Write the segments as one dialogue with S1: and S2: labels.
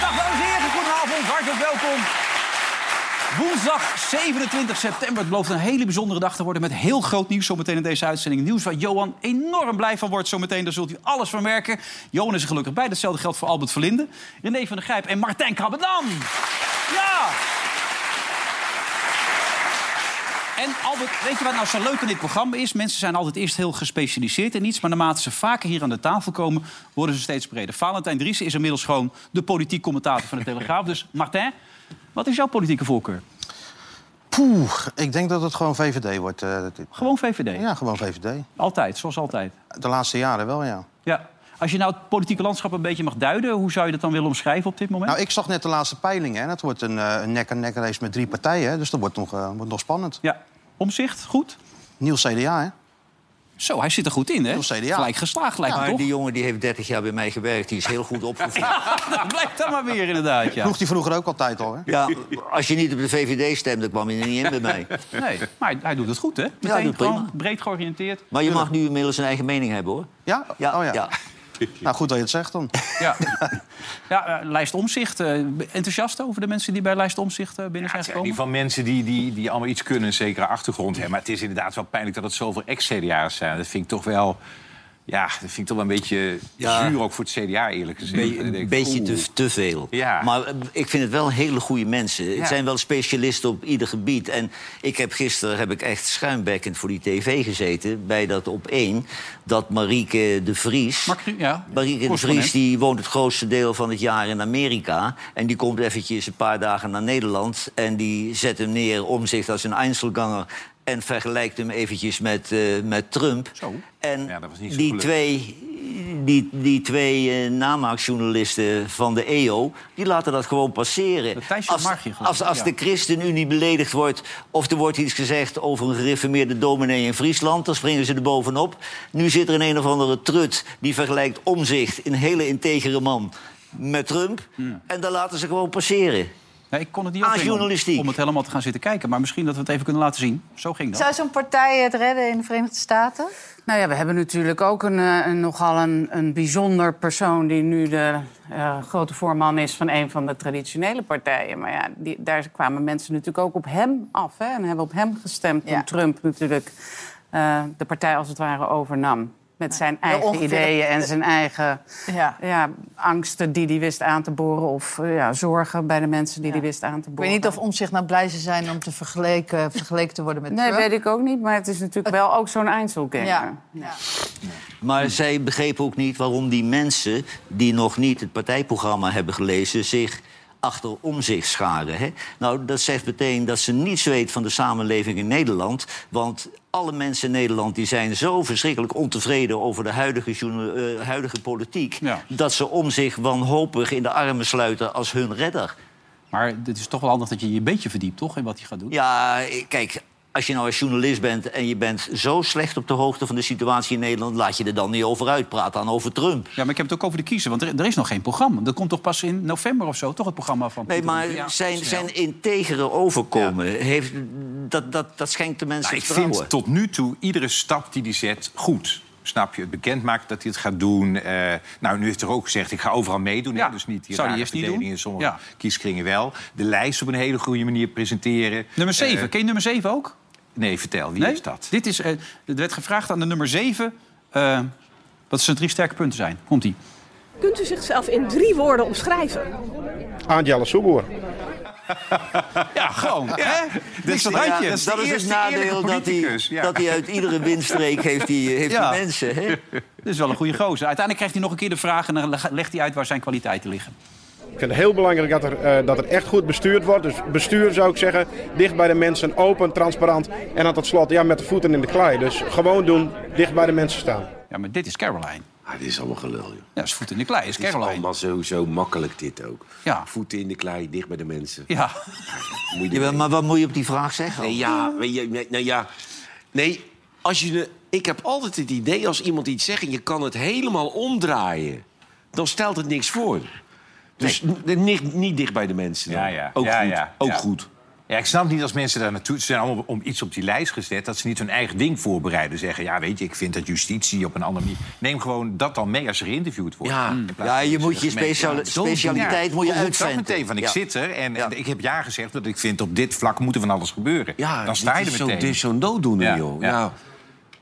S1: Dag dames en heren, goedenavond, hartelijk welkom. Woensdag 27 september. Het belooft een hele bijzondere dag te worden met heel groot nieuws zometeen in deze uitzending. Nieuws waar Johan enorm blij van wordt zometeen. Daar zult u alles van merken. Johan is er gelukkig bij. Datzelfde geldt voor Albert Verlinde, René van der Grijp en Martijn Krabbendam. Ja! En Albert, weet je wat nou zo leuk aan dit programma is? Mensen zijn altijd eerst heel gespecialiseerd in iets... maar naarmate ze vaker hier aan de tafel komen, worden ze steeds breder. Valentijn Driessen is inmiddels gewoon de politiek commentator van de Telegraaf. Dus Martijn, wat is jouw politieke voorkeur?
S2: Poeh, ik denk dat het gewoon VVD wordt. eh, dit-
S1: Gewoon VVD.
S2: Ja, gewoon VVD.
S1: Altijd, zoals altijd.
S2: De laatste jaren wel, ja.
S1: Ja. Als je nou het politieke landschap een beetje mag duiden... hoe zou je dat dan willen omschrijven op dit moment?
S2: Nou, ik zag net de laatste peiling. Hè. Dat wordt een eh, een nek-aan-nek race met drie partijen. Hè. Dus dat wordt nog, eh, wordt nog spannend.
S1: Ja. Omzicht, goed?
S2: Nieuw CDA, hè?
S1: Zo, hij zit er goed in, hè?
S2: Heel CDA.
S1: Gelijk geslaagd, lijkt me
S3: Maar
S1: toch?
S3: die jongen die heeft 30 jaar bij mij gewerkt, die is heel goed opgevoed.
S1: dat blijkt dan maar weer, inderdaad, ja.
S2: Vroeg die vroeger ook altijd al, hè?
S3: Ja, als je niet op de VVD stemde, kwam je er niet in bij mij.
S1: Nee, maar hij doet het goed, hè? Meteen
S3: doet
S1: gewoon
S3: prima.
S1: breed georiënteerd.
S3: Maar je mag nu inmiddels een eigen mening hebben, hoor.
S2: Ja? oh ja. Nou, goed dat je het zegt dan.
S1: Ja, ja eh, Lijst Omzicht. eh, enthousiast over de mensen die bij Lijst Omzicht eh, binnen zijn
S4: Het zijn
S1: gekomen?
S4: die van mensen die, die, die allemaal iets kunnen, een zekere achtergrond hebben. Maar het is inderdaad wel pijnlijk dat het zoveel ex-CDA's zijn. Dat vind ik toch wel... Ja, dat vind ik toch wel een beetje
S3: Ja.
S4: zuur ook voor het CDA, eerlijk gezegd.
S3: Be-
S4: Dan denk
S3: een
S4: ik,
S3: beetje
S4: oeh. Nou,
S3: te, te veel.
S4: Ja.
S3: Maar eh, ik vind het wel hele goede mensen. Het
S4: Ja.
S3: zijn wel specialisten op ieder gebied. En ik heb gisteren heb ik echt schuimbekkend voor die tv gezeten... bij dat op één, dat Marieke de Vries...
S1: Mark Ru- ja.
S3: Marieke de
S1: Correspondent.
S3: Vries die woont het grootste deel van het jaar in Amerika. En die komt eventjes een paar dagen naar Nederland. En die zet hem neer om zich als een Einzelganger... en vergelijkt hem eventjes met, eh, met Trump.
S1: Zo.
S3: En
S4: Ja, dat was niet zo
S3: die
S4: gelukt.
S3: twee, die, die twee eh, namaakjournalisten van de EO... die laten dat gewoon passeren.
S1: Dat Thijsje
S3: als
S1: Margie, geloof
S3: als,
S1: ik,
S3: als
S1: ja.
S3: de ChristenUnie beledigd wordt... of er wordt iets gezegd over een gereformeerde dominee in Friesland... dan springen ze er bovenop. Nu zit er een een of andere trut die vergelijkt omzicht... een hele integere man met Trump. En dan laten ze gewoon passeren.
S1: Nee, ik kon het niet opbrengen om-
S3: Ah, journalistiek.
S1: om het helemaal te gaan zitten kijken. Maar misschien dat we het even kunnen laten zien. Zo ging dat.
S5: Zou zo'n partij het redden in de Verenigde Staten?
S6: Nou ja, we hebben natuurlijk ook een, eh, een nogal een, een bijzonder persoon... die nu de eh, grote voorman is van een van de traditionele partijen. Maar ja, die, daar kwamen mensen natuurlijk ook op hem af. Hè, en hebben op hem gestemd toen
S5: Ja.
S6: Trump natuurlijk eh, de partij als het ware overnam. Met zijn eigen
S5: ongeveer de-
S6: ideeën en zijn eigen
S5: Ja.
S6: ja, angsten die hij wist aan te boren... of eh, ja, zorgen bij de mensen die hij wist aan te
S5: Ik weet
S6: boren.
S5: niet of om zich nou blij ze zijn om te vergeleken, vergeleken te worden met
S6: Nee,
S5: Trump.
S6: weet ik ook niet, maar het is natuurlijk wel ook zo'n Einzelganger.
S5: Ja.
S3: Maar zij begrepen ook niet waarom die mensen die nog niet het partijprogramma hebben gelezen zich achter om zich scharen. Hè? Nou, dat zegt meteen dat ze niets weet van de samenleving in Nederland. Want alle mensen in Nederland die zijn zo verschrikkelijk ontevreden over de huidige, journa- eh, huidige politiek.
S1: Ja.
S3: dat ze om zich wanhopig in de armen sluiten als hun redder.
S1: Maar het is toch wel handig dat je je een beetje verdiept, toch? In wat hij gaat doen.
S3: Ja, eh, kijk, als je nou als journalist bent en je bent zo slecht op de hoogte van de situatie in Nederland, laat je er dan niet over uitpraten, dan over Trump.
S1: Ja, maar ik heb het ook over de kiezer, want er, er is nog geen programma. Dat komt toch pas in november of zo, toch het programma van...
S3: Nee, maar
S1: Ja,
S3: zijn,
S1: snel.
S3: zijn integere overkomen, heeft, dat, dat, dat schenkt de mensen
S4: Nou, ik
S3: vertrouwen.
S4: vind tot nu toe iedere stap die hij zet goed. Snap je? Het bekend maakt dat hij het gaat doen. Eh, nou, nu heeft hij er ook gezegd, ik ga overal meedoen. hè,
S1: Ja,
S4: Dus niet die
S1: zou hij
S4: rare
S1: eerst niet
S4: verdeling
S1: doen.
S4: in sommige
S1: Ja.
S4: kieskringen wel. De lijst op een hele goede manier presenteren.
S1: Nummer 7.
S4: Eh,
S1: Ken je nummer 7 ook?
S4: nee, vertel, wie is dat?
S1: Dit is, eh, er werd gevraagd aan de nummer 7 eh, wat zijn drie sterke punten zijn. Komt-ie.
S7: Kunt u zichzelf in drie woorden omschrijven?
S8: Aandjala Soeboer.
S1: Ja, gewoon. hè? Dit is dat
S3: Ja,
S1: handje.
S3: dat is, het
S4: eerste
S3: nadeel
S4: eerlijke
S3: dat hij,
S4: politicus, ja.
S3: dat hij uit iedere windstreek heeft, die, heeft
S1: Ja.
S3: die mensen. Hè?
S1: Dit is wel een goede gozer. Uiteindelijk krijgt hij nog een keer de vraag en dan leg- legt hij uit waar zijn kwaliteiten liggen.
S8: Ik vind het heel belangrijk dat er, eh, dat er echt goed bestuurd wordt. Dus bestuur zou ik zeggen, dicht bij de mensen, open, transparant. En aan tot slot, ja, met de voeten in de klei. Dus gewoon doen, dicht bij de mensen staan.
S1: Ja, maar dit is Caroline.
S9: Ah, dit is allemaal gelul, joh.
S1: Ja, is voet in de klei, is
S9: Het is
S1: Caroline.
S9: allemaal zo, zo makkelijk dit ook.
S1: Ja.
S9: Voeten in de klei, dicht bij de mensen.
S1: Ja,
S9: Moet je dit
S3: Jawel, maar wat moet je op die vraag zeggen?
S9: Nee, ja, weet je, nee, nou ja. Nee, als je, de- ik heb altijd het idee als iemand iets zegt en je kan het helemaal omdraaien, dan stelt het niks voor. Dus n- niet, niet dicht bij de mensen. Dan.
S4: Ja, ja.
S9: Ook
S4: Ja,
S9: goed.
S4: ja,
S9: Ook
S4: ja.
S9: goed.
S4: Ja, ik snap niet als mensen daar naartoe... Ze zijn allemaal om iets op die lijst gezet... dat ze niet hun eigen ding voorbereiden. Zeggen, ja, weet je, ik vind dat justitie op een andere manier... Neem gewoon dat dan mee als er geïnterviewd wordt.
S9: Ja.
S4: In plaats
S3: Ja,
S4: van
S3: je
S4: dat
S3: moet je
S4: dat gemeente-
S3: speciale-
S4: Ja, zo
S3: specialiteit
S4: doen.
S3: moet je
S4: Hoe
S3: uitventen.
S4: Dat meteen van, ik
S3: Ja.
S4: zit er en, en
S3: Ja.
S4: ik heb ja gezegd... dat ik vind op dit vlak moet er van alles gebeuren.
S9: Ja,
S4: dan sta je
S9: dit
S4: er
S9: is zo-
S4: meteen.
S9: Dit is zo'n dooddoener,
S4: Ja,
S9: joh.
S4: ja.
S9: Ja.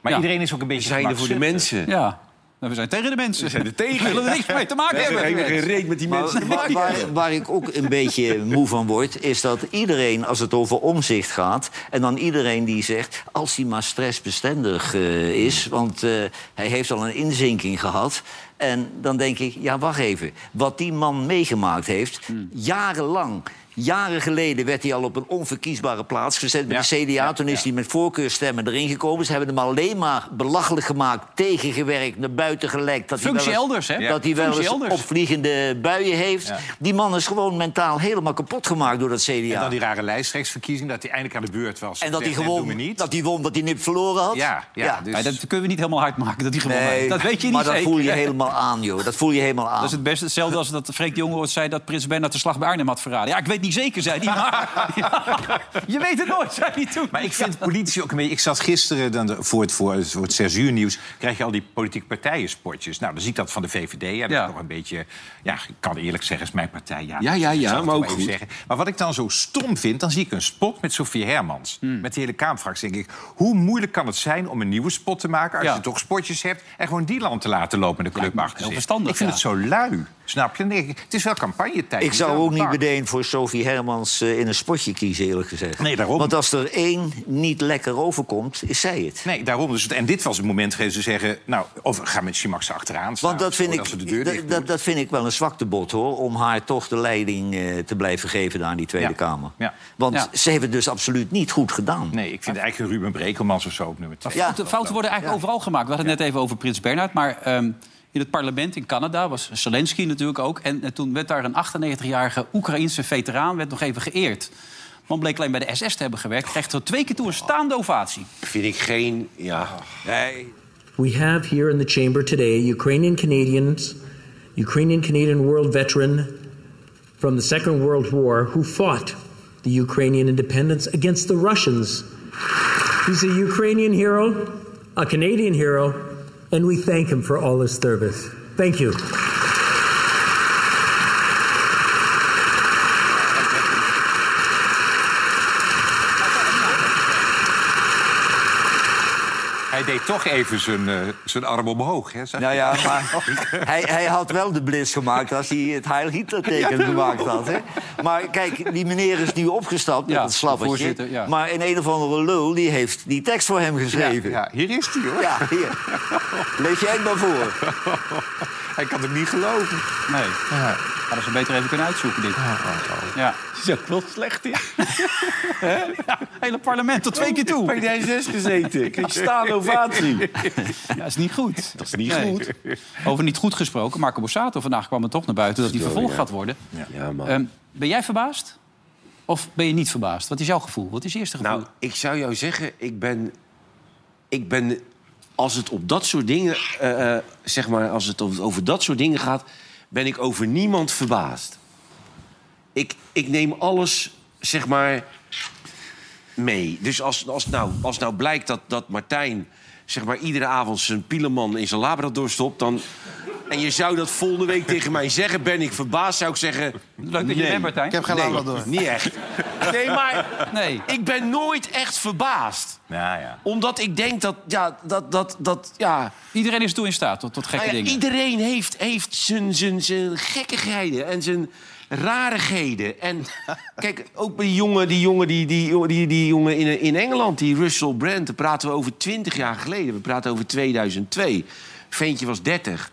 S4: Maar
S1: Ja.
S4: iedereen is ook een
S9: we
S4: beetje...
S9: zijn er voor de
S4: gemakzuchtig.
S9: mensen.
S1: ja. Nou, we zijn tegen de mensen. We zijn er tegen. willen er niks mee te maken
S9: We hebben geen
S1: hebben.
S9: reet met die mensen.
S3: Maar waar, waar, waar ik ook een beetje moe van word, is dat iedereen, als het over omzicht gaat, en dan iedereen die zegt, als hij maar stressbestendig eh, is, want eh, hij heeft al een inzinking gehad. En dan denk ik, ja, wacht even. Wat die man meegemaakt heeft,
S1: Hmm.
S3: jarenlang. Jaren geleden werd hij al op een onverkiesbare plaats gezet bij de CDA. Toen is hij met voorkeurstemmen erin gekomen. Ze hebben hem alleen maar belachelijk gemaakt, tegengewerkt, naar buiten gelekt. Dat hij wel
S1: Functie
S3: eens-
S1: elders, hè?
S3: Dat hij wel
S1: Functie
S3: eens
S1: elders.
S3: op vliegende buien heeft. Die man is gewoon mentaal helemaal kapot gemaakt door dat CDA.
S4: En dan die rare lijsttreksverkiezing, dat hij eindelijk aan de beurt was.
S3: dat hij
S4: Zegt, nee,
S3: gewoon
S4: doen we niet.
S3: dat hij won, dat hij niet verloren had.
S4: Ja, ja, dus-
S1: Ja, dat kunnen we niet helemaal hard maken dat die gewonnen
S3: Nee,
S1: heeft. Dat weet je niet
S3: Maar dat
S1: zeker.
S3: voel je helemaal aan, joh. Dat voel je helemaal aan.
S1: Dat is het beste. Hetzelfde als dat Freek de Jonge ooit zei dat Prins Bernhard de slag bij Arnhem had verraden. Ja, ik weet niet zeker, zei hij. Maar, Ja, je weet het nooit, zei hij toen.
S4: Maar ik vind politici ook een beetje... Ik zat gisteren dan de- voor het, voor, het- voor het 6 uur nieuws... krijg je al die politieke partijenspotjes. Nou, dan zie ik dat van de VVD. Ja, dat
S1: Ja.
S4: is nog een beetje... Ja, ik kan eerlijk zeggen, is mijn partij. Ja,
S9: Ja, ja,
S4: ik
S9: ja,
S4: zal het
S9: maar ook
S4: even
S9: goed.
S4: Maar wat ik dan zo stom vind, dan zie ik een spot met Sofie Hermans.
S1: Hmm.
S4: Met de hele Kamerfractie. Denk ik, hoe moeilijk kan het zijn om een nieuwe spot te maken... als
S1: Ja.
S4: je toch spotjes hebt en gewoon die land te laten lopen... met de club achter
S1: heel
S4: zich.
S1: verstandig,
S4: Ik vind
S1: ja.
S4: het zo lui, snap je? Nee, het is wel campagnetijd.
S3: Ik
S4: je
S3: zou
S4: moet
S3: ook
S4: wel
S3: niet
S4: aan de bak.
S3: meteen voor Sophie Hermans eh, in een spotje kiezen, eerlijk gezegd.
S4: Nee, daarom.
S3: Want als er één niet lekker overkomt, is zij het.
S4: Nee, daarom. Dus, en dit was het moment geweest te zeggen... nou, of ga met Simax achteraan staan.
S3: Want dat vind,
S4: voordat ze de deur
S3: ik,
S4: dicht
S3: dat,
S4: doen.
S3: dat, dat vind ik wel een zwakte bot, hoor. Om haar toch de leiding eh, te blijven geven daar in die Tweede
S4: Ja.
S3: Kamer.
S4: Ja.
S3: Want
S1: Ja.
S3: ze hebben het dus absoluut niet goed gedaan.
S4: Nee, ik vind eigenlijk een Ruben Brekelmans of zo op nummer twee.
S3: Ja.
S1: Fouten, fouten worden eigenlijk overal gemaakt. We hadden het net even over Prins Bernhard. Maar ehm, in het parlement in Canada was Zelensky natuurlijk ook. En, eh, toen werd daar een 98-jarige Oekraïense veteraan werd nog even geëerd. Man bleek alleen bij de SS te hebben gewerkt. Kreeg er twee keer toe een staande ovatie.
S9: Vind ik geen... Ja. Nee.
S10: We have here in the chamber today Ukrainian Canadians, Ukrainian Canadian world veteran from the Second World War who fought the Ukrainian independence against the Russians. He's a Ukrainian hero, a Canadian hero, and we thank him for all his service. Thank you.
S4: Hij deed toch even zijn, eh, zijn arm omhoog. Hè? Zag
S3: Nou
S4: je?
S3: ja, maar hij, hij had wel de blitz gemaakt als hij het Heil Hitler-teken gemaakt had. Hè? Maar kijk, die meneer is nu opgestapt met
S1: Ja,
S3: het slappertje.
S1: voorzitter, ja.
S3: Maar in een of andere lul die heeft die tekst voor hem geschreven. Ja,
S4: Ja, hier is hij, hoor.
S3: hier. Lees jij het maar voor.
S4: Hij kan het niet geloven.
S1: Nee, hadden ze beter even kunnen uitzoeken dit. Ja.
S9: oh, Zo klopt slecht in.
S1: Hele parlement tot twee keer toe.
S9: Bij D6 gezeten. Ik kreeg staande ovatie.
S1: Ja, is niet goed.
S9: Dat is niet
S1: Nee.
S9: goed.
S1: Over niet goed gesproken. Marco Borsato vandaag kwam er toch naar buiten dat hij vervolgd gaat worden.
S9: Ja, man.
S1: Ehm, ben jij verbaasd? Of ben je niet verbaasd? Wat is jouw gevoel? Wat is je eerste gevoel?
S9: Nou, ik zou jou zeggen, ik ben... Ik ben als het op dat soort dingen... eh, eh, zeg maar, als het over- over dat soort dingen gaat... ben ik over niemand verbaasd. Ik, ik neem alles, zeg maar, mee. Dus als, als, nou, als nou blijkt dat, dat Martijn... zeg maar, iedere avond zijn pieleman in zijn labrador stopt... dan... En je zou dat volgende week tegen mij zeggen, ben ik verbaasd, zou ik zeggen...
S1: Leuk dat je er bent, Martijn.
S2: Ik heb geen
S9: Nee,
S2: lang door.
S9: niet echt. Nee, maar
S1: Nee.
S9: ik ben nooit echt verbaasd.
S4: Nou ja.
S9: Omdat ik denk dat, ja, dat, dat, dat, ja...
S1: Iedereen is toe in staat tot, tot gekke
S9: Nou ja,
S1: dingen.
S9: iedereen heeft, heeft zijn, zijn, zijn gekkigheden en zijn rarigheden. En kijk, ook bij die jongen, die jongen, die, die, jongen- die, die jongen in, in Engeland, die Russell Brand... daar praten we over 20 jaar geleden. We praten over 2002. Ventje was 30.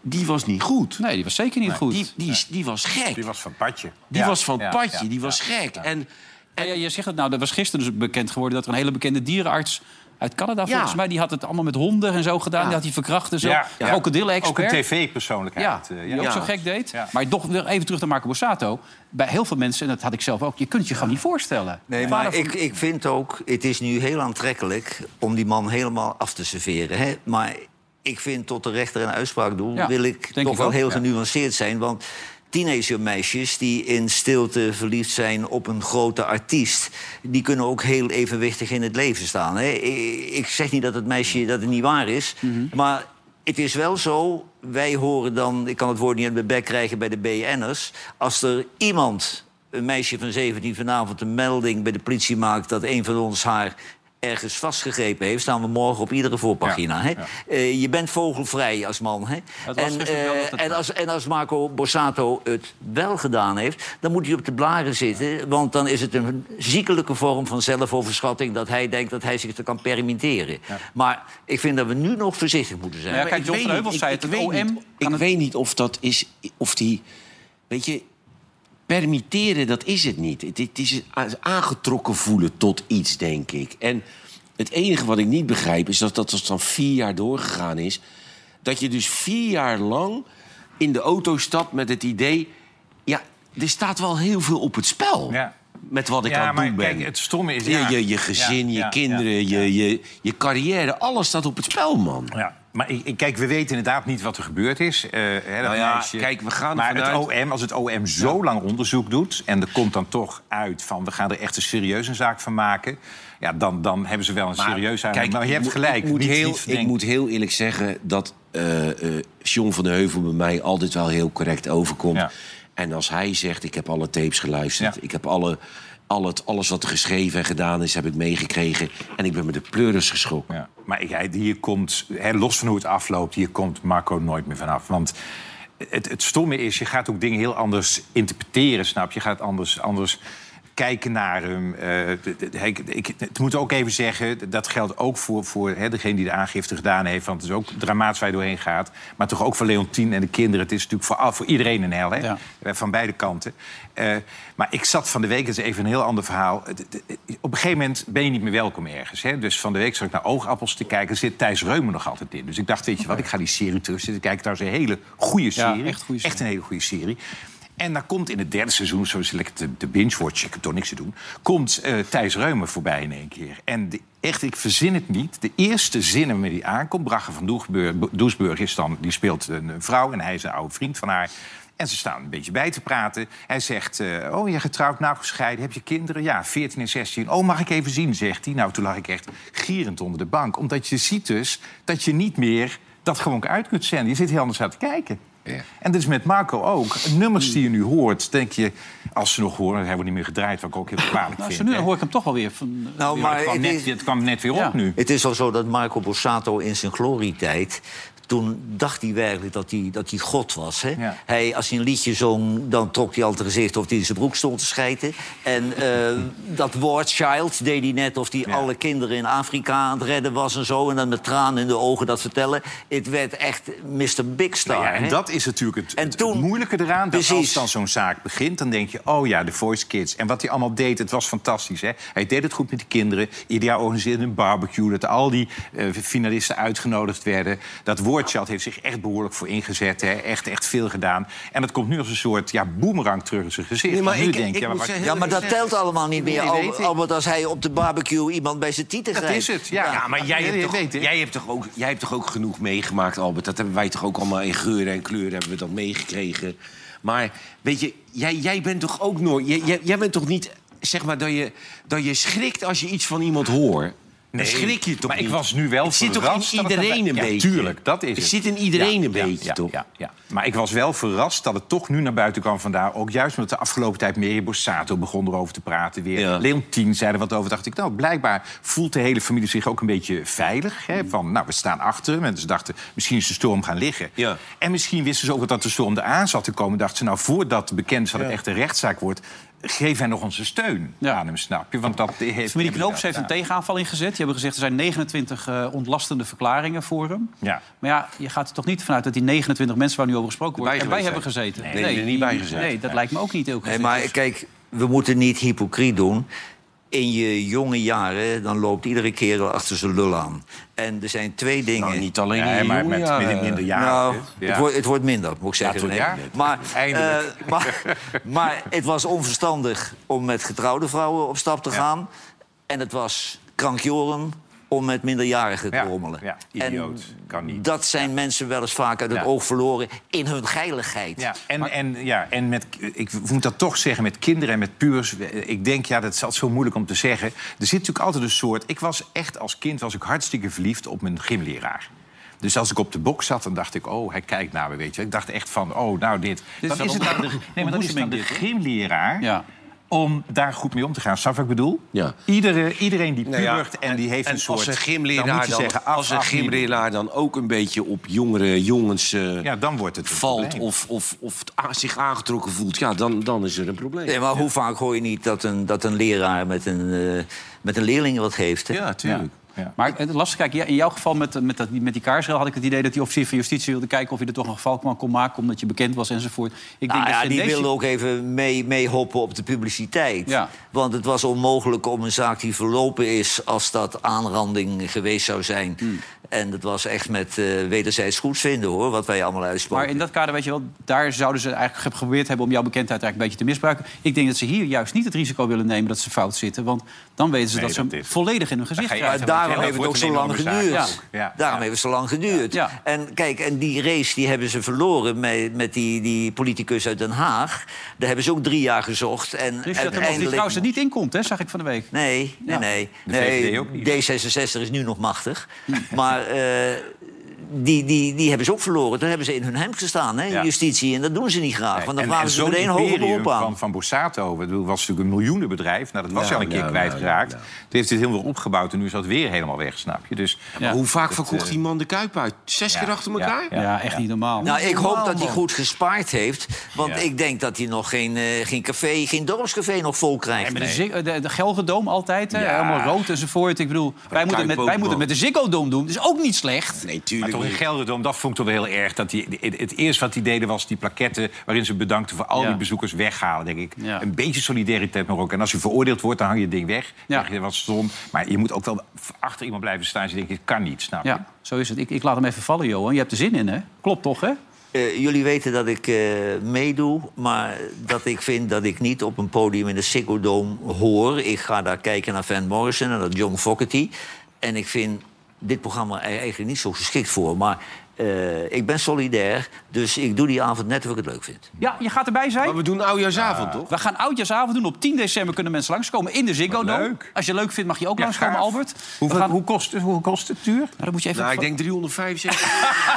S9: Die was niet goed.
S1: Nee, die was zeker niet goed.
S9: Die, die, die was gek.
S4: Die was van Patje.
S9: Die
S4: Ja,
S9: was van
S4: ja,
S9: het
S4: ja,
S9: padje, die
S4: ja.
S9: was gek. En,
S1: Ja, ja, je zegt het nou, er was gisteren dus bekend geworden... dat er een hele bekende dierenarts Uit Canada
S4: Ja.
S1: volgens mij. Die had het allemaal met honden en zo gedaan. Die had die verkracht en zo.
S4: Ja, ja.
S1: Krokodillen-expert.
S4: Ook een tv-persoonlijkheid.
S1: Ja,
S4: eh,
S1: die ook zo gek deed. Maar toch nog even terug naar Marco Borsato. Bij heel veel mensen, en dat had ik zelf ook... je kunt het je gewoon niet voorstellen.
S3: Nee, maar ik, ik vind ook, het is nu heel aantrekkelijk om die man helemaal af te serveren. Hè? Maar ik vind tot de rechter een uitspraak doen,
S1: Ja,
S3: wil ik
S1: denk
S3: toch
S1: ik
S3: wel
S1: ook,
S3: heel
S1: ja.
S3: genuanceerd zijn. Want teenagermeisjes die in stilte verliefd zijn op een grote artiest, die kunnen ook heel evenwichtig in het leven staan. Hè? I- Ik zeg niet dat het meisje dat het niet waar is,
S1: Mhm.
S3: maar het is wel zo. Wij horen dan, ik kan het woord niet uit mijn bek krijgen bij de BN'ers, als er iemand een meisje van 17 vanavond een melding bij de politie maakt dat een van ons haar ergens vastgegrepen heeft, staan we morgen op iedere voorpagina. hè? Eh, je bent vogelvrij als man. Hè?
S1: Het was
S3: En,
S1: gisteren wel
S3: eh,
S1: dat het
S3: en, als, en als Marco Borsato het wel gedaan heeft, dan moet hij op de blaren zitten. Want dan is het een ziekelijke vorm van zelfoverschatting dat hij denkt dat hij zich te kan permitteren. Maar ik vind dat we nu nog voorzichtig moeten zijn.
S1: Ja, kijk, John van Heuvel zei het, het
S9: weet
S1: OM
S9: niet, ik weet niet of dat is, of die, weet je, permitteren, dat is het niet. Het, het is a- aangetrokken voelen tot iets, denk ik. En het enige wat ik niet begrijp is dat dat als dan vier jaar doorgegaan is, dat je dus vier jaar lang in de auto stapt met het idee, ja, er staat wel heel veel op het spel.
S4: Ja.
S9: Met wat ik
S4: Ja,
S9: aan het
S4: maar
S9: doen ben.
S4: kijk, het stomme is,
S9: Je-
S4: ja.
S9: je, je gezin,
S4: Ja,
S9: je
S4: ja,
S9: kinderen, Je, je, je carrière, alles staat op het spel, man.
S4: Ja, maar ik, ik- kijk, we weten inderdaad niet wat er gebeurd is. Eh, hè, dat
S9: Nou ja,
S4: meisje.
S9: kijk, we gaan
S4: maar
S9: vanuit-
S4: het OM, als het OM zo lang onderzoek doet... en er komt dan toch uit van we gaan er echt een serieuze zaak van maken... Ja, dan, dan hebben ze wel een serieus aan. Maar je
S9: ik
S4: hebt
S9: moet-
S4: gelijk.
S9: Ik moet,
S4: niets-
S9: heel,
S4: niets
S9: ik
S4: verdenken.
S9: moet heel eerlijk zeggen dat eh eh, John van den Heuvel bij mij altijd wel heel correct overkomt. En als hij zegt, ik heb alle tapes geluisterd, ik heb alle, al het, alles wat er geschreven en gedaan is, heb ik meegekregen. En ik ben met de pleuris geschrokken.
S4: Ja. Maar ik- hij- hier komt, hè, los van hoe het afloopt, hier komt Marco nooit meer vanaf. Want het, het stomme is, je gaat ook dingen heel anders interpreteren, snap je? Je gaat anders, anders kijken naar hem. Eh, d- d- hij- ik, het moet ook even zeggen, dat geldt ook voor, voor hè, degene die de aangifte gedaan heeft... want het is ook dramatisch waar je doorheen gaat. Maar toch ook voor Leontien en de kinderen. Het is natuurlijk voor, al- voor iedereen een hel, hè? Eh, Van beide kanten. Eh, maar ik zat van de week, dat is even een heel ander verhaal... Het- het- het- op een gegeven moment ben je niet meer welkom ergens. Hè? Dus van de week zat ik naar oogappels te kijken. Er zit Thijs Reumer nog altijd in. Dus ik dacht, weet je wat, ik ga die serie terug zitten kijken. Trouwens, een hele goede serie. echt, een hele goede serie. En dan komt in het derde seizoen, zo is het eh, lekker te, te binge-watchen... ik heb toch niks te doen... komt eh, Thijs Reumer voorbij in één keer. En de, echt, ik verzin het niet. De eerste zin waarmee die aankomt... Brache van Doesburg, Doesburg is dan, die speelt een een vrouw... en hij is een oude vriend van haar... En ze staan een beetje bij te praten. Hij zegt, eh, oh, je getrouwd, nou gescheiden, heb je kinderen? Ja, 14 en 16. Oh, mag ik even zien, zegt hij. Nou, toen lag ik echt gierend onder de bank. Omdat je ziet dus dat je niet meer dat gewoon uit kunt zenden. Je zit heel anders aan te kijken. En dus met Marco ook. Nummers die je nu hoort, denk je... als ze nog horen, hij wordt niet meer gedraaid, wat ik ook heel kwalijk
S1: Nou,
S4: vind.
S1: zo nu
S4: hè.
S1: hoor ik hem toch wel weer. Van,
S3: Nou,
S1: weer-
S3: maar
S4: het, kwam
S3: het
S4: net,
S3: is-
S4: het kwam net weer
S1: Ja.
S4: op nu.
S3: Het is al zo dat Marco Borsato in zijn glorietijd... Toen dacht hij werkelijk dat hij, dat hij God was. Hè? Hij, als hij een liedje zong, dan trok hij al het gezicht of hij in zijn broek stond te schijten. En eh, dat woord child deed hij net of hij alle kinderen in Afrika aan het redden was en zo. En dan met tranen in de ogen dat vertellen. Het werd echt Mr. Big Star.
S4: Nou ja, en
S3: hè?
S4: dat is natuurlijk het, het moeilijke eraan. Dat als dan zo'n zaak begint, dan denk je... oh ja, de Voice Kids. En wat hij allemaal deed, het was fantastisch. Hè? Hij deed het goed met de kinderen. Ieder jaar organiseerde een barbecue... dat al die eh, finalisten uitgenodigd werden. Dat woordchat heeft zich echt behoorlijk voor ingezet. Hè? Echt, echt veel gedaan. En dat komt nu als een soort ja, boemerang terug in zijn gezicht.
S3: Nee,
S4: Want nu denk je, wat-
S3: ja, maar dat telt allemaal niet meer.
S4: Nee, weet
S3: Al- Albert, als hij op de barbecue iemand bij zijn tieten
S9: Dat
S3: grijpt.
S9: is het, ja. maar jij hebt, toch, jij, hebt toch ook, jij hebt toch ook genoeg meegemaakt, Albert? Dat hebben wij toch ook allemaal in geuren en kleuren hebben we dat meegekregen. Maar weet je, jij, jij bent toch ook nooit... Jij, jij, jij bent toch niet, zeg maar, dat je, dat je schrikt als je iets van iemand hoort? Nee, schrik je toch
S4: maar
S9: niet?
S4: ik was nu wel
S9: Het zit toch
S4: verrast
S9: in
S4: dat het
S9: iedereen een
S4: daarbij- Ja,
S9: beetje?
S4: tuurlijk, dat is het.
S9: Het zit in iedereen
S4: Ja,
S9: een
S4: ja,
S9: beetje,
S4: ja,
S9: toch?
S4: Ja, ja. Maar ik was wel verrast dat het toch nu naar buiten kwam vandaar. Ook juist omdat de afgelopen tijd meer Borsato begon erover te praten weer. Leontien zei er wat over. dacht ik, nou, blijkbaar voelt de hele familie zich ook een beetje veilig. Hè? Van, nou, we staan achter hem. En ze dachten, misschien is de storm gaan liggen. En misschien wisten ze ook wel dat de storm eraan zat te komen. Dachten ze, nou, voordat bekend is dat het echt een rechtszaak wordt... geef hen nog onze steun aan hem, snap je? Want dat heeft...
S1: Familie Knoops heeft
S4: Ja.
S1: een tegenaanval ingezet. Die hebben gezegd, er zijn 29 eh, ontlastende verklaringen voor hem.
S4: Ja.
S1: Maar ja, je gaat er toch niet vanuit dat die 29 mensen waar nu over gesproken wordt...
S3: Erbij
S1: erbij hebben
S3: geweest zijn.
S1: gezeten.
S3: Nee, er niet bij gezeten.
S1: Nee, dat lijkt me ook niet heel goed.
S3: Nee, maar kijk, we moeten niet hypocriet doen. in je jonge jaren, dan loopt iedere kerel achter zijn lul aan. En er zijn twee dingen...
S9: Nou, niet alleen in Nee, je maar jonge met- jaren. met minder jaren,
S3: Nou,
S9: hè?
S3: het,
S9: Ja.
S3: wordt, het wordt minder, moet ik zeggen.
S9: tot
S3: Nee.
S9: ja.
S3: Maar,
S9: Eindelijk.
S3: eh, maar, maar het was onverstandig om met getrouwde vrouwen op stap te gaan. En het was krankjoren om met minderjarigen te rommelen.
S4: idioot.
S3: kan niet. Dat zijn mensen wel eens vaak uit het oog verloren in hun geiligheid.
S4: Ja, en, en, ja, en met, ik moet dat toch zeggen, met kinderen en met puurs. Ik denk, ja, dat is altijd zo moeilijk om te zeggen. Er zit natuurlijk altijd een soort... Ik was echt als kind was ik hartstikke verliefd op mijn gymleraar. Dus als ik op de bok zat, dan dacht ik, oh, hij kijkt naar me, weet je. Ik dacht echt van, oh, nou, dit...
S1: Dit is
S4: dan
S1: wel
S4: is het
S1: een-
S4: aan de, nee, maar dan is het aan de
S1: ontboezeming
S4: gymleraar om daar goed mee om te gaan. Snap je wat ik bedoel?
S9: Ja.
S4: Iedereen, iedereen die
S9: Nou ja,
S4: pubert en die heeft
S9: en
S4: een soort...
S9: als een
S4: dan moet
S9: gymleraar
S4: je
S9: dan,
S4: zeggen, af,
S9: als een
S4: af, niet doen.
S9: gymleraar dan ook een beetje op jongere jongens eh,
S4: Ja, dan wordt het een
S9: valt
S3: probleem.
S9: of, of, of het a- zich aangetrokken voelt, ja, dan, dan is er een probleem.
S3: Nee, maar hoe vaak hoor je niet dat een, dat een leraar met een, eh, met een leerling wat heeft? Ja,
S9: tuurlijk.
S1: Maar het lastig, kijk, ja, in jouw geval met, met, dat, met die kaarsrail had ik het idee dat die officier van justitie wilde kijken of je er toch een geval van kon maken omdat je bekend was enzovoort. Ik
S3: Nou ja,
S1: ze in
S3: die
S1: deze-
S3: wilde ook even mee- meehoppen op de publiciteit.
S1: Ja.
S3: Want het was onmogelijk om een zaak die verlopen is... als dat aanranding geweest zou zijn.
S1: Hmm.
S3: En dat was echt met eh, wederzijds goedvinden, hoor, wat wij allemaal uitspoken.
S1: Maar in dat kader, weet je wel, daar zouden ze eigenlijk geprobeerd hebben om jouw bekendheid eigenlijk een beetje te misbruiken. Ik denk dat ze hier juist niet het risico willen nemen dat ze fout zitten. Want dan weten ze
S3: Nee,
S1: dat ze
S3: dat
S1: hem volledig in hun gezicht
S3: Maar
S1: krijgen.
S3: daarom heeft het ook zo lang geduurd.
S1: Ja.
S3: Daarom heeft het zo lang geduurd. En kijk, en die race die hebben ze verloren met, met die, die politicus uit Den Haag. Daar hebben ze ook drie jaar gezocht. En
S1: Dus dat er
S3: uiteindelijk...
S1: trouwens er niet in komt, hè, zag ik van de week.
S3: Nee, nee,
S1: Ja.
S3: nee.
S1: De
S3: nee
S1: VVD ook niet.
S3: D66 is nu nog machtig. maar eh, die, die, die hebben ze ook verloren. Toen hebben ze in hun hemd gestaan, hè,
S4: Ja.
S3: justitie. En dat doen ze niet graag,
S4: Nee,
S3: Ah, want dan
S4: en-
S3: waren
S4: en
S3: ze
S4: zo'n
S3: meteen hoger
S4: imperium
S3: beroep aan.
S4: Van, van Borsato, ik bedoel, was natuurlijk een miljoenenbedrijf. Nou, dat was
S9: Ja,
S4: al een keer
S9: ja,
S4: kwijtgeraakt. Toen heeft hij het heel weer opgebouwd en nu is dat weer helemaal weg, snap je? Dus,
S9: maar hoe vaak verkocht die
S4: man?
S9: man de Kuip uit? Zes
S4: Ja,
S9: keer achter
S4: ja,
S9: elkaar?
S4: ja, Ja, echt ja. niet normaal.
S3: Nou, ik hoop dat hij
S9: man.
S3: goed gespaard heeft. Want ik denk dat hij nog geen, eh, geen café, geen dorpscafé nog vol krijgt.
S1: En met de, Zig- de, de Gelgedoom altijd, hè, helemaal rood enzovoort. Ik bedoel, wij moeten,
S4: Kuip
S1: met,
S4: ook,
S1: wij moeten
S4: man.
S1: met de Ziggo-dom doen. Dat is ook niet slecht.
S9: Nee,
S4: Maar toch in Gelderdom, dat vond ik toch wel heel erg. Dat die, het, het eerste wat die deden was die plakketten... waarin ze bedankten voor al
S1: Ja.
S4: die bezoekers weghalen, denk ik.
S1: Ja.
S4: Een beetje solidariteit maar ook. En als je veroordeeld wordt, dan hang je het ding weg. Dan zeg je, wat stom. Maar je moet ook wel achter iemand blijven staan. Dus je denkt, dit kan niet, snap je?
S1: Ja, zo is het. Ik, ik laat hem even vallen, Johan. Je hebt er zin in, hè? Klopt toch, hè?
S3: Eh, jullie weten dat ik eh, meedoe, maar dat ik vind dat ik niet op een podium in de Ziggo Dome hoor. Ik ga daar kijken naar Van Morrison en naar John Fogerty. En ik vind dit programma er eigenlijk niet zo geschikt voor. Maar eh, ik ben solidair, dus ik doe die avond net of ik het leuk vind.
S1: Ja, je gaat erbij zijn. Maar
S9: we doen oudjaarsavond, toch?
S1: We gaan oudjaarsavond doen. Op 10 december kunnen mensen langskomen in de Ziggo Dome. Als je het leuk vindt, mag je ook langskomen, Albert.
S4: Hoeveel-
S1: we gaan...
S4: hoe, kost, het- hoe kost het duur?
S1: Dan moet je even...
S9: Nou, ik denk 375.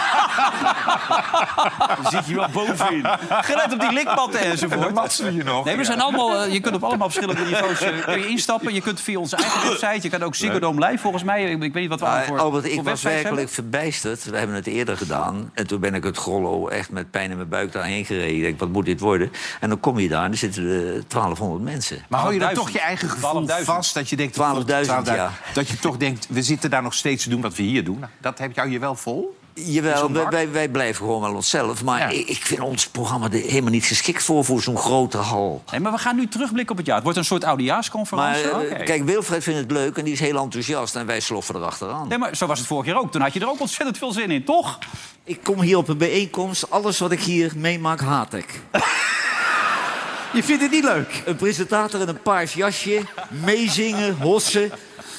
S9: Dan zit je wel bovenin.
S1: Gelet op die likpatten enzovoort.
S4: Dan matselen je nog.
S1: Nee, we
S4: Ja.
S1: zijn allemaal, eh, je kunt op allemaal verschillende niveaus eh, kun je instappen. Je kunt via onze eigen website. Je kan ook Ziggo Dome Live, volgens mij. Ik, ik weet niet wat we allemaal
S3: Maar,
S1: voor,
S3: Albert, ik
S1: voor
S3: was
S1: websites
S3: werkelijk
S1: hebben.
S3: verbijsterd. We hebben het eerder gedaan. En toen ben ik het Grollo echt met pijn in mijn buik daarheen gereden. Ik denk, wat moet dit worden? En dan kom je daar en er zitten eh, 1200 mensen.
S4: Maar hou je dan toch je eigen gevoel vast? Dat je denkt,
S3: 12.000, ja.
S4: Dat je toch denkt, we zitten daar nog steeds te doen wat we hier doen. Nou, Dat heb jou je wel vol?
S3: Jawel, wij, wij, wij blijven gewoon wel onszelf. Maar ik, ik vind ons programma er helemaal niet geschikt voor, voor zo'n grote hal.
S1: Nee, maar we gaan nu terugblikken op het jaar. Het wordt een soort
S3: Maar
S1: oudejaarsconferentie.
S3: eh, kijk, Wilfred vindt het leuk en die is heel enthousiast. En wij sloffen erachteraan.
S1: Nee, maar zo was het vorig jaar ook. Toen had je er ook ontzettend veel zin in, toch?
S3: Ik kom hier op een bijeenkomst. Alles wat ik hier meemaak, haat ik.
S1: Je vindt het niet leuk?
S3: Een presentator in een paars jasje, meezingen, hossen.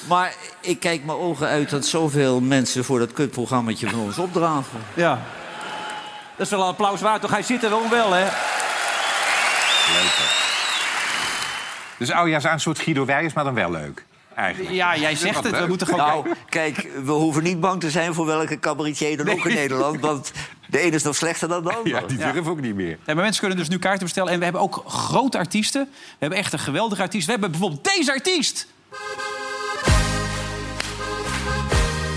S3: Maar ik kijk mijn ogen uit dat zoveel mensen voor dat kutprogrammaatje van ons opdraven.
S1: Ja. Dat is wel een applaus waard, toch? Hij zit er wel wel, hè?
S4: Dus oudjaars aan een soort Guido Wijers, maar dan wel leuk. Eigenlijk.
S1: Ja, jij zegt
S4: Wat
S1: het. We
S4: leuk.
S1: moeten gewoon...
S3: Nou, kijk, we hoeven niet bang te zijn voor welke cabaretier dan ook in Nederland. Want de ene is nog slechter dan de ander.
S4: Ja, die durven ook niet meer.
S1: Nee, maar mensen kunnen dus nu kaarten bestellen. En we hebben ook grote artiesten. We hebben echt een geweldige artiest. We hebben bijvoorbeeld deze artiest.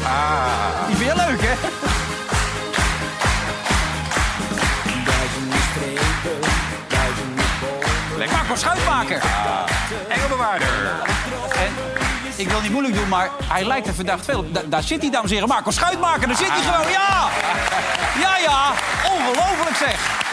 S4: Ah.
S1: Die vind je leuk, hè? Marco Schuitmaker.
S4: Engelbewaarder.
S1: En ik wil niet moeilijk doen, maar hij lijkt er vandaag veel op. Da- daar zit hij, dames en heren. Marco Schuitmaker, daar zit hij gewoon. Ja! Ja, ja. Ongelooflijk, zeg.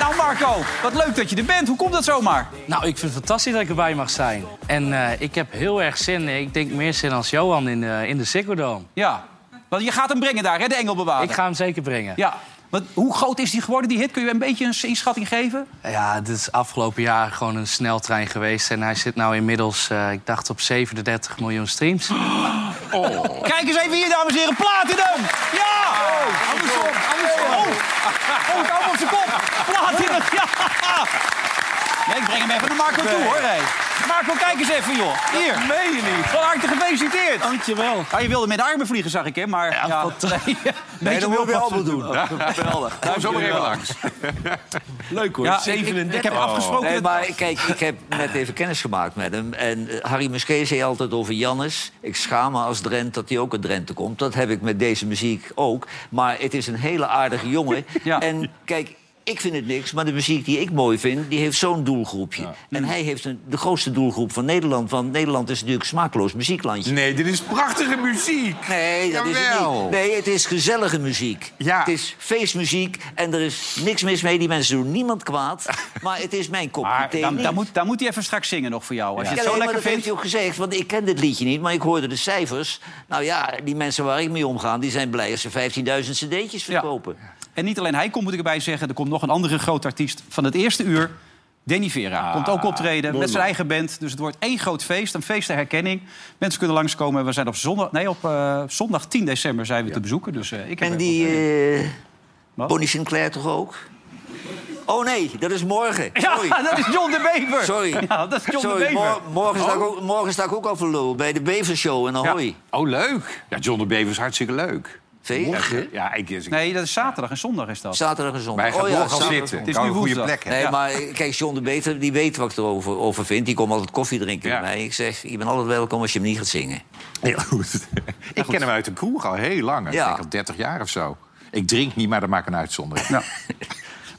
S1: Nou, Marco, wat leuk dat je er bent. Hoe komt dat zomaar?
S11: Nou, ik vind het fantastisch dat ik erbij mag zijn. En eh, ik heb heel erg zin, ik denk meer zin als Johan in, de in de Ziggo Dome.
S1: Ja, want je gaat hem brengen daar, hè, de Engelbewaarder.
S11: Ik ga hem zeker brengen.
S1: Ja, want hoe groot is die geworden, die hit? Kun je een beetje een inschatting geven?
S11: Ja, dit is afgelopen jaar gewoon een sneltrein geweest. En hij zit nou inmiddels, eh, ik dacht op 37 miljoen streams.
S1: Kijk eens even hier, dames en heren. Platinum! Ja! Oh, Andersom, andersom. Oh, oh kom op zijn kop. Platinum, ja! Nee, ik breng hem even naar Marco toe, hoor. hé. Marco, kijk eens even, joh. Hier. Dat meen je niet. Van harte gefeliciteerd. Dankjewel. Ah, je wilde met de armen vliegen, zag ik, hè? Maar, ja, nee,
S9: Nee, dat wil je allemaal doen.
S1: Geweldig.
S9: Kom zo maar even langs.
S3: Leuk
S9: hoor, 37.
S1: ik heb afgesproken
S3: Nee,
S1: dat-
S3: maar kijk, ik heb net even kennis gemaakt met hem. En eh, Harry Musquet zei altijd over Jannes. Ik schaam me als Drent dat hij ook uit Drenthe komt. Dat heb ik met deze muziek ook. Maar het is een hele aardige jongen. En kijk, ik vind het niks. Maar de muziek die ik mooi vind, die heeft zo'n doelgroepje. En hij heeft een, de grootste doelgroep van Nederland. Want Nederland is natuurlijk een smaakloos muzieklandje.
S4: Nee, dit is prachtige muziek.
S3: Nee, dat is het
S4: Jawel.
S3: niet. Nee, het is gezellige muziek. Het is feestmuziek en er is niks mis mee. Die mensen doen niemand kwaad. Maar het is mijn kopje thee
S1: Dan,
S3: niet.
S1: dan, moet, dan moet hij even straks zingen nog voor jou. Als je
S3: Ja,
S1: het zo
S3: nee, maar
S1: lekker
S3: dat heeft
S1: vindt.
S3: hij ook gezegd, want ik ken dit liedje niet, maar ik hoorde de cijfers. Nou ja, die mensen waar ik mee omga, die zijn blij als ze 15.000 cd'tjes verkopen.
S1: En niet alleen hij komt, moet ik erbij zeggen. Er komt nog een andere groot artiest van het eerste uur. Danny Vera komt ook optreden met zijn eigen band. Dus het wordt één groot feest, een feest ter herkenning. Mensen kunnen langskomen. en We zijn op zondag, nee, op, eh, zondag 10 december zijn we te bezoeken. Dus, eh, ik heb
S3: En
S1: er
S3: die
S1: wel zin in.
S3: eh, Bonnie Sinclair toch ook? Oh nee, dat is morgen.
S1: Ja,
S3: eh, Sorry.
S1: dat is John de Bever.
S3: Sorry.
S1: Ja, dat is John
S3: Sorry,
S1: de Bever. Oh.
S3: mor- morgen, sta ik ook, morgen sta ik ook al voor lul bij de Bevershow in Ahoy.
S4: Oh, leuk. Ja, John de Bever is hartstikke leuk.
S3: Vind je?
S4: Morgen? Ja, ik... ik
S1: Nee, dat is zaterdag en zondag is dat.
S3: Zaterdag en zondag.
S4: Wij gaan
S3: Oh ja,
S4: morgen al
S3: zaterdag.
S4: zitten.
S1: Het is
S4: Kan
S1: nu
S4: een goede
S1: woensdag.
S4: plek. hè?
S3: Nee,
S1: Ja.
S3: maar kijk, John de Beter, die weet wat ik erover over vind. Die komt altijd koffie drinken
S4: Ja.
S3: bij mij. Ik zeg, je bent altijd welkom als je hem niet gaat zingen.
S4: Heel goed. ik ken hem uit de kroeg al heel lang.
S3: Ja.
S4: Ik denk al 30 jaar of zo. Ik drink niet, maar dat maakt een uitzondering.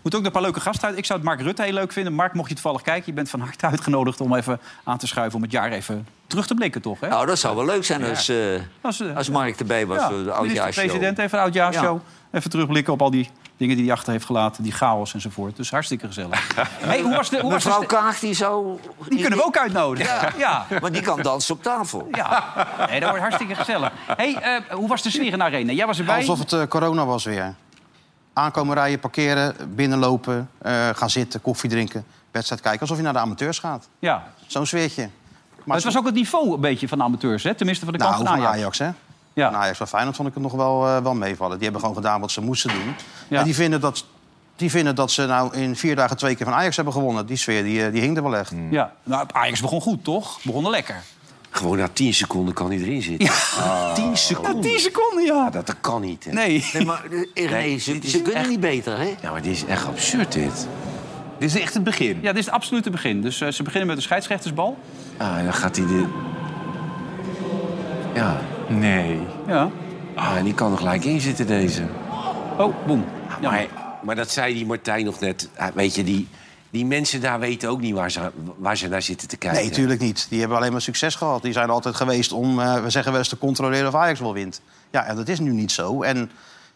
S1: Moet ook nog een paar leuke gasten uit. Ik zou het Mark Rutte heel leuk vinden. Mark, mocht je toevallig kijken, je bent van harte uitgenodigd om even aan te schuiven. om het jaar even terug te blikken, toch? Hè?
S3: Nou, dat zou wel leuk zijn als, eh,
S1: Als, eh,
S3: als Mark erbij was
S1: Ja,
S3: voor de
S1: minister-president
S3: oudjaarsshow.
S1: even een oudjaarsshow. Even terugblikken op al die dingen die hij achter heeft gelaten. Die chaos enzovoort. Dus hartstikke gezellig. hey, hoe was de, hoe was de
S3: Mevrouw
S1: ste-
S3: Kaag, die zou...
S1: die kunnen we ook uitnodigen. Ja. ja.
S3: Maar die kan dansen op tafel.
S1: Nee, dat wordt hartstikke gezellig. hey, eh, hoe was de sfeer in de arena? Jij was erbij.
S2: Alsof het eh, corona was weer. Aankomen rijden, parkeren, binnenlopen, eh, gaan zitten, koffie drinken, wedstrijd kijken. Alsof je naar de amateurs gaat.
S1: Ja. Maar
S2: Zo'n sfeertje.
S1: het was ook het niveau een beetje van de amateurs, hè? Tenminste van de
S2: Nou,
S1: kant
S2: van
S1: van Ajax.
S2: Ajax, hè? Ja. Van Ajax en Feyenoord vond ik het nog wel, eh, wel meevallen. Die hebben gewoon gedaan wat ze moesten doen.
S1: Ja.
S2: En die vinden, dat, die vinden dat ze nou in vier dagen twee keer van Ajax hebben gewonnen. Die sfeer die, eh, die hing er wel echt.
S1: Ja. Nou, Ajax begon goed, toch? Begonnen lekker.
S9: Gewoon na 10 seconden kan hij erin zitten. 10 seconden.
S1: 10 seconden, ja.
S9: Dat, dat kan niet. Hè.
S1: Nee.
S3: Nee, maar eh, nee, ze, ze kunnen niet beter, hè?
S9: Ja, maar dit is echt absurd, dit.
S4: Dit is echt het begin.
S1: Ja, dit is het absolute begin. Dus eh, ze beginnen met de scheidsrechtersbal.
S9: Ah, dan gaat hij de... Ja.
S4: Nee.
S1: Ja.
S9: Ah, en die kan er gelijk in zitten, deze.
S1: Oh, boem. Ja.
S9: Maar, maar dat zei die Martijn nog net. Ah, Weet je, die, die mensen daar weten ook niet waar ze, waar ze naar zitten te kijken.
S2: Nee, natuurlijk niet. Die hebben alleen maar succes gehad. Die zijn er altijd geweest om, eh, we zeggen wel eens, te controleren of Ajax wel wint. Ja, en dat is nu niet zo. En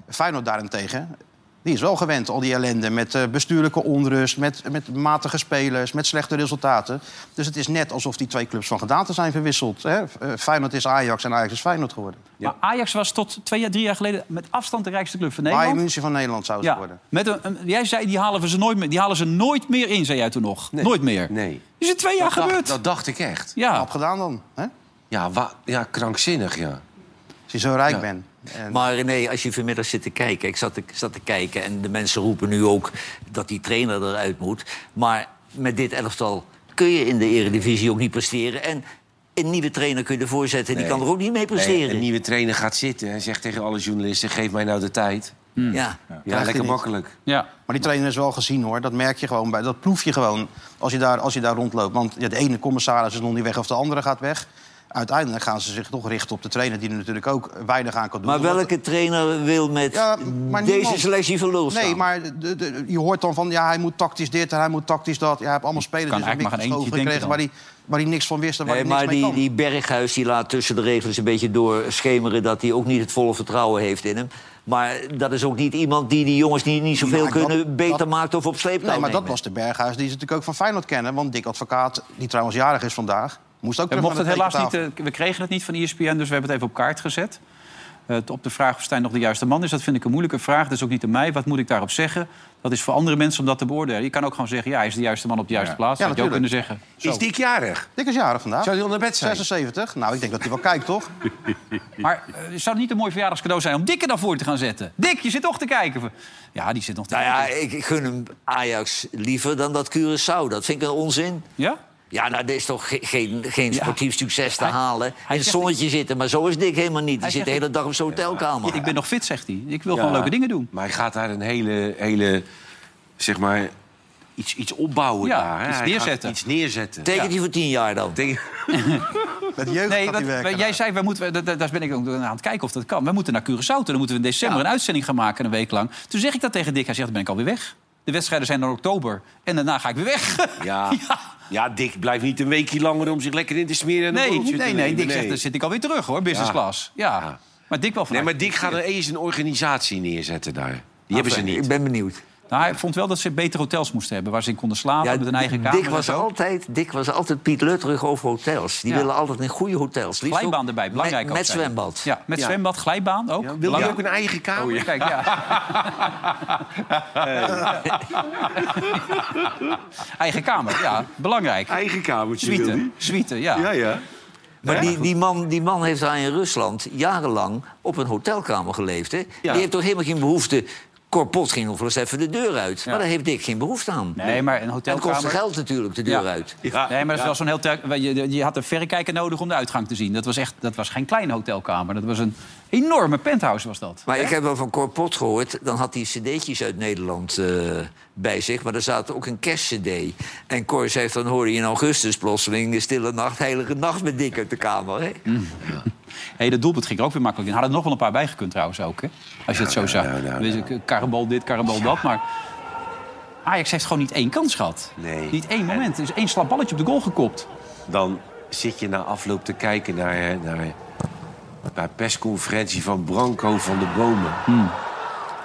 S2: Feyenoord daarentegen, die is wel gewend, al die ellende... met eh, bestuurlijke onrust, met, met matige spelers, met slechte resultaten. Dus het is net alsof die twee clubs van gedaante zijn verwisseld. Hè? Eh, Feyenoord is Ajax en Ajax is Feyenoord geworden.
S1: Maar Ajax was tot twee, jaar, drie jaar geleden met afstand de rijkste club van
S2: Bayern
S1: Nederland.
S2: München van Nederland zou het
S1: Ja,
S2: worden.
S1: met een, een- jij zei, die halen, we ze nooit meer, die halen ze nooit meer in, zei jij toen nog. Nooit meer.
S9: Nee.
S1: Is het twee jaar
S9: dat,
S1: gebeurd?
S9: dacht, dat dacht ik echt.
S1: ja.
S2: Knap gedaan dan, hè?
S9: Ja, wa- ja krankzinnig, ja.
S2: Als je zo rijk
S9: Ja.
S2: bent. En-
S3: Maar nee, als je vanmiddag zit te kijken... Ik zat te, zat te kijken en de mensen roepen nu ook dat die trainer eruit moet. Maar met dit elftal kun je in de eredivisie ook niet presteren. En een nieuwe trainer kun je ervoor zetten, die
S9: Nee.
S3: kan er ook niet mee presteren.
S9: Nee, een nieuwe trainer gaat zitten en zegt tegen alle journalisten... geef mij nou de tijd.
S3: Ja.
S9: Ja,
S2: hij
S9: lekker
S2: niet.
S9: makkelijk.
S1: ja.
S2: Maar die trainer is wel gezien hoor. Dat merk je gewoon bij. Dat proef je gewoon als je daar, als je daar rondloopt. Want ja, de ene commissaris is nog niet weg of de andere gaat weg. uiteindelijk gaan ze zich toch richten op de trainer... die er natuurlijk ook weinig aan kan doen.
S3: Maar
S2: Omdat-
S3: welke trainer wil met
S2: Ja, maar
S3: deze
S2: niemand-
S3: selectie van lul staan?
S2: Nee, maar de- de- je hoort dan van, ja, hij moet tactisch dit en hij moet tactisch dat. Ja, hij heeft allemaal spelers
S3: kan
S2: dus
S3: eigenlijk maar
S2: geschoven
S3: geen eentje
S2: gekregen...
S3: denken
S2: Waar
S3: dan.
S2: hij, waar hij niks van wist en waar
S3: Nee,
S2: hij niks
S3: maar
S2: mee
S3: die,
S2: kan.
S3: die Berghuis die laat tussen de regels een beetje doorschemeren... dat hij ook niet het volle vertrouwen heeft in hem. Maar dat is ook niet iemand die die jongens die niet zoveel
S2: Nou, dat-
S3: kunnen... beter
S2: dat-
S3: maakt of op sleeptouw
S2: Nee, maar dat
S3: nemen.
S2: was de Berghuis die ze natuurlijk ook van Feyenoord kennen. Want Dick Advocaat, die trouwens jarig is vandaag... moest ook
S1: We
S2: terug
S1: mochten
S2: naar
S1: het
S2: de
S1: helaas niet,
S2: tekentafel.
S1: eh, we kregen het niet van ESPN, dus we hebben het even op kaart gezet. Eh, op de vraag of Stijn nog de juiste man is, dat vind ik een moeilijke vraag. Dat is ook niet aan mij. Wat moet ik daarop zeggen? Dat is voor andere mensen om dat te beoordelen. Je kan ook gewoon zeggen, ja, hij is de juiste man op de juiste plaats.
S2: Ja,
S1: dat zou je ook kunnen
S2: natuurlijk.
S1: zeggen. Zo.
S2: Is Dick jarig? Dick is jarig vandaag.
S1: Zou die al naar bed zijn?
S2: 76. Nou, ik denk dat hij wel kijkt, toch?
S1: Maar eh, zou het niet een mooi verjaardagscadeau zijn om Dikke daarvoor te gaan zetten? Dik, je zit toch te kijken. Ja, die zit nog te
S3: Nou ja,
S1: kijken.
S3: ik ik gun hem Ajax liever dan dat Curaçao. Dat vind ik een onzin.
S1: Ja?
S3: Ja, nou, er is toch ge- geen, geen sportief succes te halen. In het zonnetje zitten, maar zo is Dick helemaal niet. Die
S1: Hij
S3: zit de
S1: zegt-
S3: hele dag op zijn hotelkamer.
S1: Ik ben nog fit, zegt hij. Ik wil gewoon leuke dingen doen.
S9: Maar hij gaat daar een hele, Eh, hele zeg maar, iets, iets opbouwen
S1: Ja,
S9: daar. hè.
S1: iets
S9: Hij gaat
S1: neerzetten.
S9: Iets neerzetten.
S1: Tekent Ja. die
S3: voor tien jaar dan?
S2: Met jeugd
S1: Nee,
S2: gaat
S1: wat-
S2: hij werken.
S1: jij zei, we moeten, da- da- daar ben ik ook aan het kijken of dat kan. We moeten naar Curaçao toe. Dan moeten we in december een uitzending gaan maken, een week lang. Toen zeg ik dat tegen Dick. Hij zegt, dan ben ik alweer weg. De wedstrijden zijn in oktober. En daarna ga ik weer weg.
S9: Ja. ja, Dick blijft niet een weekje langer om zich lekker in te smeren. En
S1: nee,
S9: een borreltje
S1: nee,
S9: te
S1: nee.
S9: nemen.
S1: Dick zegt, dan zit ik alweer terug, hoor. Business
S9: Ja.
S1: class. Ja. Maar Dick wel van...
S9: Nee, maar Dick gaat er eens een organisatie neerzetten daar. Die
S1: Ah,
S9: hebben ze niet.
S3: Ik ben benieuwd.
S1: Nou, hij vond wel dat ze betere hotels moesten hebben... waar ze in konden slapen, met een eigen kamer.
S3: Dick was,
S1: en zo.
S3: altijd, Dick was altijd Piet Lutterig over hotels. Die
S1: Ja.
S3: willen altijd in goede hotels. Liefst
S1: Glijbaan
S3: ook
S1: erbij, belangrijk
S3: Met,
S1: ook
S3: met
S1: zijn.
S3: zwembad.
S1: Ja, met zwembad, glijbaan ook.
S9: Wil je
S1: Belangrijk.
S9: ook een eigen kamer?
S1: Oh, ja. Kijk, ja. Eigen kamer, ja. Belangrijk.
S9: Eigen kamertje wil
S1: Suite,
S9: die.
S1: suite, ja.
S9: ja.
S3: Maar
S9: Ja.
S3: die, die, man, die man heeft daar in Rusland jarenlang op een hotelkamer geleefd. Hè?
S1: Ja.
S3: Die heeft toch helemaal geen behoefte... Korpot ging nog wel eens even de deur uit. Maar daar heeft Dick geen behoefte aan.
S1: Nee, maar een
S3: En het
S1: hotelkamer...
S3: kostte geld natuurlijk, de deur
S1: Ja.
S3: uit.
S1: nee, maar dat is wel zo'n hotel... weet Je, je had een verrekijker nodig om de uitgang te zien. Dat was, echt, dat was geen kleine hotelkamer. Dat was een enorme penthouse, was dat.
S3: Maar ik heb wel van Cor Pot gehoord, dan had hij cd'tjes uit Nederland eh, bij zich. Maar er zaten ook een kerstcd. En Cor zegt, dan hoorde je in augustus plotseling... de stille nacht, heilige nacht met Dick uit de kamer. Hè?
S9: Hm?
S1: hey, dat doelpunt ging er ook weer makkelijk in. Hadden er nog wel een paar bij gekund trouwens ook, hè? Als je het zo zag. Weet je, Karrebal dit, karrebal dat, maar... Ajax heeft gewoon niet één kans gehad.
S9: Nee.
S1: Niet één moment. Er is één slap balletje op de goal gekopt.
S9: Dan zit je na afloop te kijken naar, eh, naar, naar persconferentie van Branco van de Bomen.
S1: Hmm.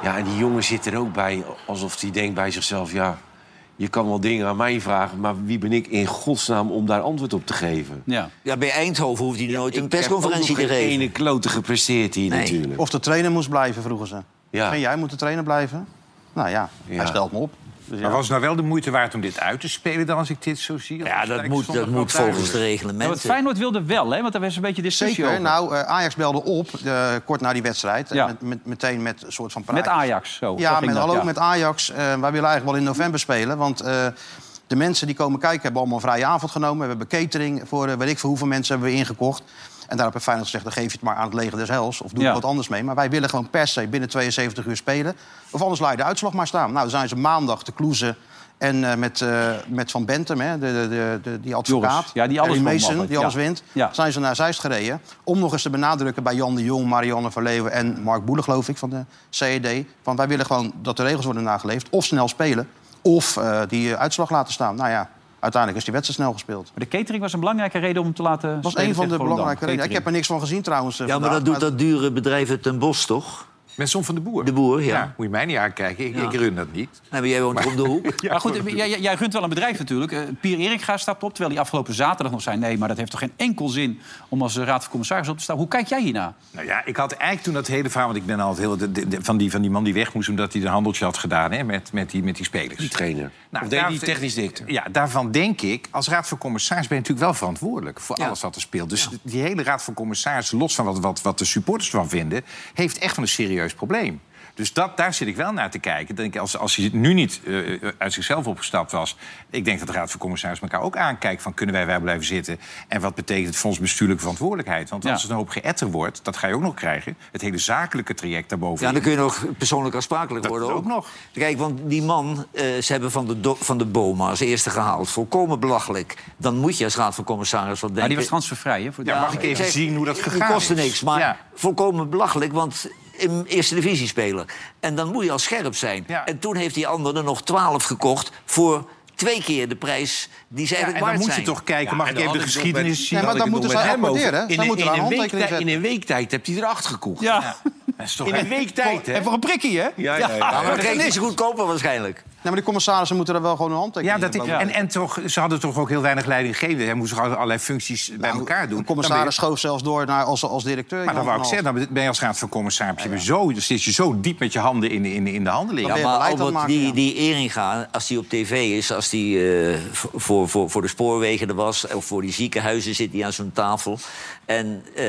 S9: Ja, en die jongen zit er ook bij, alsof hij denkt bij zichzelf... ja, je kan wel dingen aan mij vragen... maar wie ben ik in godsnaam om daar antwoord op te geven?
S1: Ja.
S3: Ja, bij Eindhoven hoeft hij nooit een
S9: Ik heb
S3: persconferentie
S9: ook nog
S3: te
S9: geen
S3: geven.
S9: ene klote gepresteerd hier
S3: Nee.
S9: natuurlijk.
S2: Of de trainer moest blijven, vroegen ze.
S9: Ja.
S2: En jij moet de trainer blijven? Nou ja,
S4: Ja.
S2: hij stelt me op. Dus ja.
S4: Maar was het nou wel de moeite waard om dit uit te spelen dan als ik dit zo zie?
S3: Ja, dat moet, dat moet volgens de
S1: Ja, want
S3: reglementen.
S1: Feyenoord wilde wel, hè? Want daar was een beetje discussie
S2: Zeker.
S1: over.
S2: Nou, eh, Ajax belde op, eh, kort na die wedstrijd. eh,
S1: Ja.
S2: Met, met, meteen met een soort van
S1: Met
S2: praatjes.
S1: Ajax, zo. zo
S2: Ja,
S1: ging
S2: met,
S1: dat,
S2: hallo,
S1: ja.
S2: met Ajax. eh, wij willen eigenlijk wel in november spelen. Want eh, de mensen die komen kijken hebben allemaal een vrije avond genomen. We hebben catering voor eh, weet ik veel hoeveel mensen hebben we ingekocht. En daarop heeft Feyenoord gezegd, dan geef je het maar aan het leger des hels. Of doe er
S1: Ja.
S2: wat anders mee. Maar wij willen gewoon per se binnen 72 uur spelen. Of anders laat je de uitslag maar staan. Nou, dan zijn ze maandag te kloezen. En eh, met, eh, met Van Bentham, hè, de, de, de, de, die advocaat.
S1: Joris, ja, die alles
S2: Harry
S1: won
S2: Mason,
S1: altijd,
S2: die
S1: ja.
S2: alles wint.
S1: Ja.
S2: Zijn ze naar Zeist gereden. Om nog eens te benadrukken bij Jan de Jong, Marianne van Leeuwen en Mark Boele, geloof ik, van de CED. Want wij willen gewoon dat de regels worden nageleefd. Of snel spelen, of eh, die eh, uitslag laten staan. Nou ja, uiteindelijk is die wedstrijd snel gespeeld.
S1: Maar de catering was een belangrijke reden om hem te laten
S2: Dat was
S1: spelen
S2: een van de
S1: tegen Volendam.
S2: belangrijke redenen. Ik heb er niks van gezien trouwens. eh,
S3: Ja, maar
S2: vandaag,
S3: dat doet dat dure bedrijf uit Den Bosch, toch?
S4: Met Son van de Boer.
S3: De boer, ja.
S4: Ja. moet je mij niet aankijken. Ik,
S3: Ja.
S4: ik run dat niet.
S3: Nee, maar jij woont om de hoek.
S1: Maar goed, eh, jij, jij- jij runt wel een bedrijf natuurlijk. Eh, Pier Erikga stapt op, terwijl hij afgelopen zaterdag nog zei... nee, maar dat heeft toch geen enkel zin om als eh, raad van commissaris op te staan. Hoe kijk jij Ah, hierna?
S4: Nou ja, ik had eigenlijk toen dat hele verhaal... want ik ben al het hele... de- de- de- van, die, van die man die weg moest omdat hij een handeltje had gedaan... Hè, met, met, die, met die spelers.
S9: Die trainer.
S4: Nou,
S9: of deed
S4: daar-
S9: die technisch dicter?
S4: Ja, daarvan denk ik, als raad van commissaris ben je natuurlijk wel verantwoordelijk voor alles wat er speelt. Dus die hele raad van commissaris, los van wat, wat, wat de supporters van vinden, heeft echt wel een serieus probleem. Dus dat, daar zit ik wel naar te kijken. Ik Denk, als, als hij nu niet eh, uit zichzelf opgestapt was... ik denk dat de Raad van Commissarissen elkaar ook aankijkt... van kunnen wij wel blijven zitten? En wat betekent het voor ons bestuurlijke verantwoordelijkheid? Want als
S3: Ja.
S4: het een hoop geëtter wordt, dat ga je ook nog krijgen... het hele zakelijke traject daarboven.
S3: Ja, dan kun je nog persoonlijk aansprakelijk worden.
S4: ook nog.
S3: Kijk, want die man, eh, ze hebben van de, do- van de Boma als eerste gehaald. Volkomen belachelijk. Dan moet je als raad van commissaris wat denken.
S1: die was transfervrij, hè? Voor
S4: Ja, mag ik even zien hoe dat gegaan
S3: Het kostte
S4: is?
S3: niks, maar
S4: Ja.
S3: volkomen belachelijk, want in eerste divisie spelen. En dan moet je al scherp zijn. En toen heeft die ander er nog 12 gekocht voor twee keer de prijs die ze
S4: Ja,
S3: eigenlijk
S4: en dan
S3: waard
S4: moet je
S3: zijn.
S4: toch kijken, mag ik even de geschiedenis zien?
S9: had ik het nog met hem over. In een- in een week tijd-
S4: zetten.
S9: In een week tijd heb hij er acht gekocht.
S1: Ja.
S9: In een week tijd, hè?
S1: En voor een prikkie, hè?
S9: Ja, ja, ja. Ja, maar dat
S3: kreeg je ze goedkoper waarschijnlijk.
S2: Nee, maar die commissarissen moeten er wel gewoon een handtekening
S4: Ja, dat ik,
S2: in hebben.
S4: en, en toch, ze hadden toch ook heel weinig leiding gegeven. Hij moest gewoon allerlei functies bij elkaar doen.
S2: Een commissaris
S4: Dan
S2: schoof zelfs door naar als, als directeur. Jan
S4: ben je- Maar dan wou ik
S2: van
S4: zeggen, dan ben je als raad van commissaris... je bent zo, dan zit je zo diep met je handen in, de- in, de- in de handeling.
S3: Ja, maar Albert, die, die Eringa, als die op tv is, als die eh, v- voor, voor, voor de spoorwegen er was... of voor die ziekenhuizen zit hij aan zo'n tafel. En eh,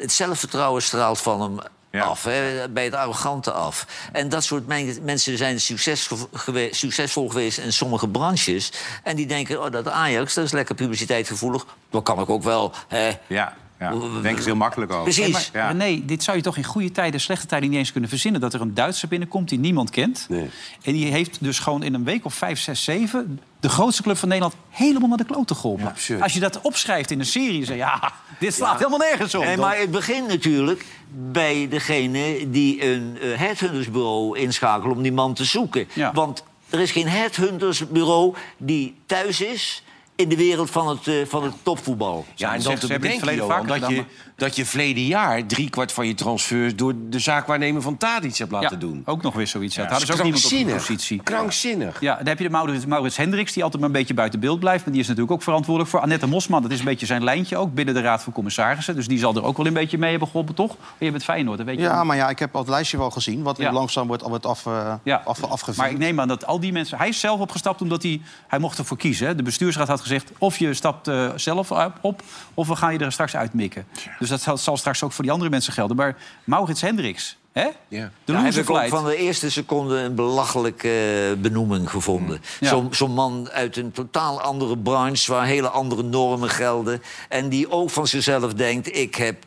S3: het zelfvertrouwen straalt van hem af, hè, bij het arrogante af. En dat soort men- mensen zijn succesvo- gewe- succesvol geweest in sommige branches. En die denken, oh, dat Ajax, dat is lekker publiciteitsgevoelig. Dat kan ik ook wel, hè.
S4: Ja, ja. Denk heel makkelijk over.
S3: Precies.
S1: Nee, maar, René, dit zou je toch in goede tijden en slechte tijden niet eens kunnen verzinnen... dat er een Duitser binnenkomt die niemand kent. En die heeft dus gewoon in een week of vijf, zes, zeven... de grootste club van Nederland helemaal naar de klote geholpen. Als je dat opschrijft in een serie, zeg je... Ja, dit slaat helemaal nergens op.
S3: Nee, maar het begint natuurlijk bij degene die een eh, headhuntersbureau inschakelt om die man te zoeken. Want er is geen headhuntersbureau die thuis is in de wereld van het, eh, van het topvoetbal.
S9: Ja, en dan te bedenken, Johan, dat je, dat je verleden jaar driekwart van je transfers... door de zaakwaarnemer van Tadic hebt laten doen.
S1: Ook nog weer zoiets. Ja,
S9: Ja,
S1: dat hadden ze ook niemand op die
S9: krankzinnig.
S1: positie.
S9: Krankzinnig.
S1: Ja, dan heb je de Maurits, Maurits Hendricks, die altijd maar een beetje buiten beeld blijft. Maar die is natuurlijk ook verantwoordelijk voor Annette Mosman. Dat is een beetje zijn lijntje ook binnen de Raad van Commissarissen. Dus die zal er ook wel een beetje mee hebben geholpen, toch? Maar je bent Feyenoord, dat weet je
S2: Ja,
S1: ook.
S2: maar ja, ik heb dat lijstje wel gezien. Wat nu
S1: Ja.
S2: langzaam wordt, wordt af, eh,
S1: Ja.
S2: af, afgevinkt.
S1: Maar ik neem aan dat al die mensen... Hij is zelf opgestapt omdat hij... Hij mocht ervoor kiezen. Hè? De bestuursraad had gezegd... of je stapt eh, zelf op- op... of we gaan je er straks uitmikken. Dus dat zal, zal straks ook voor die andere mensen gelden. Maar Maurits Hendricks... Hè?
S9: Ja.
S1: De
S3: ja, heb
S1: loser
S3: ik ook
S1: flight.
S3: van de eerste seconde een belachelijke eh, benoeming gevonden.
S1: Mm, Ja.
S3: Zo'n zo'n man uit een totaal andere branche... waar hele andere normen gelden. En die ook van zichzelf denkt... ik heb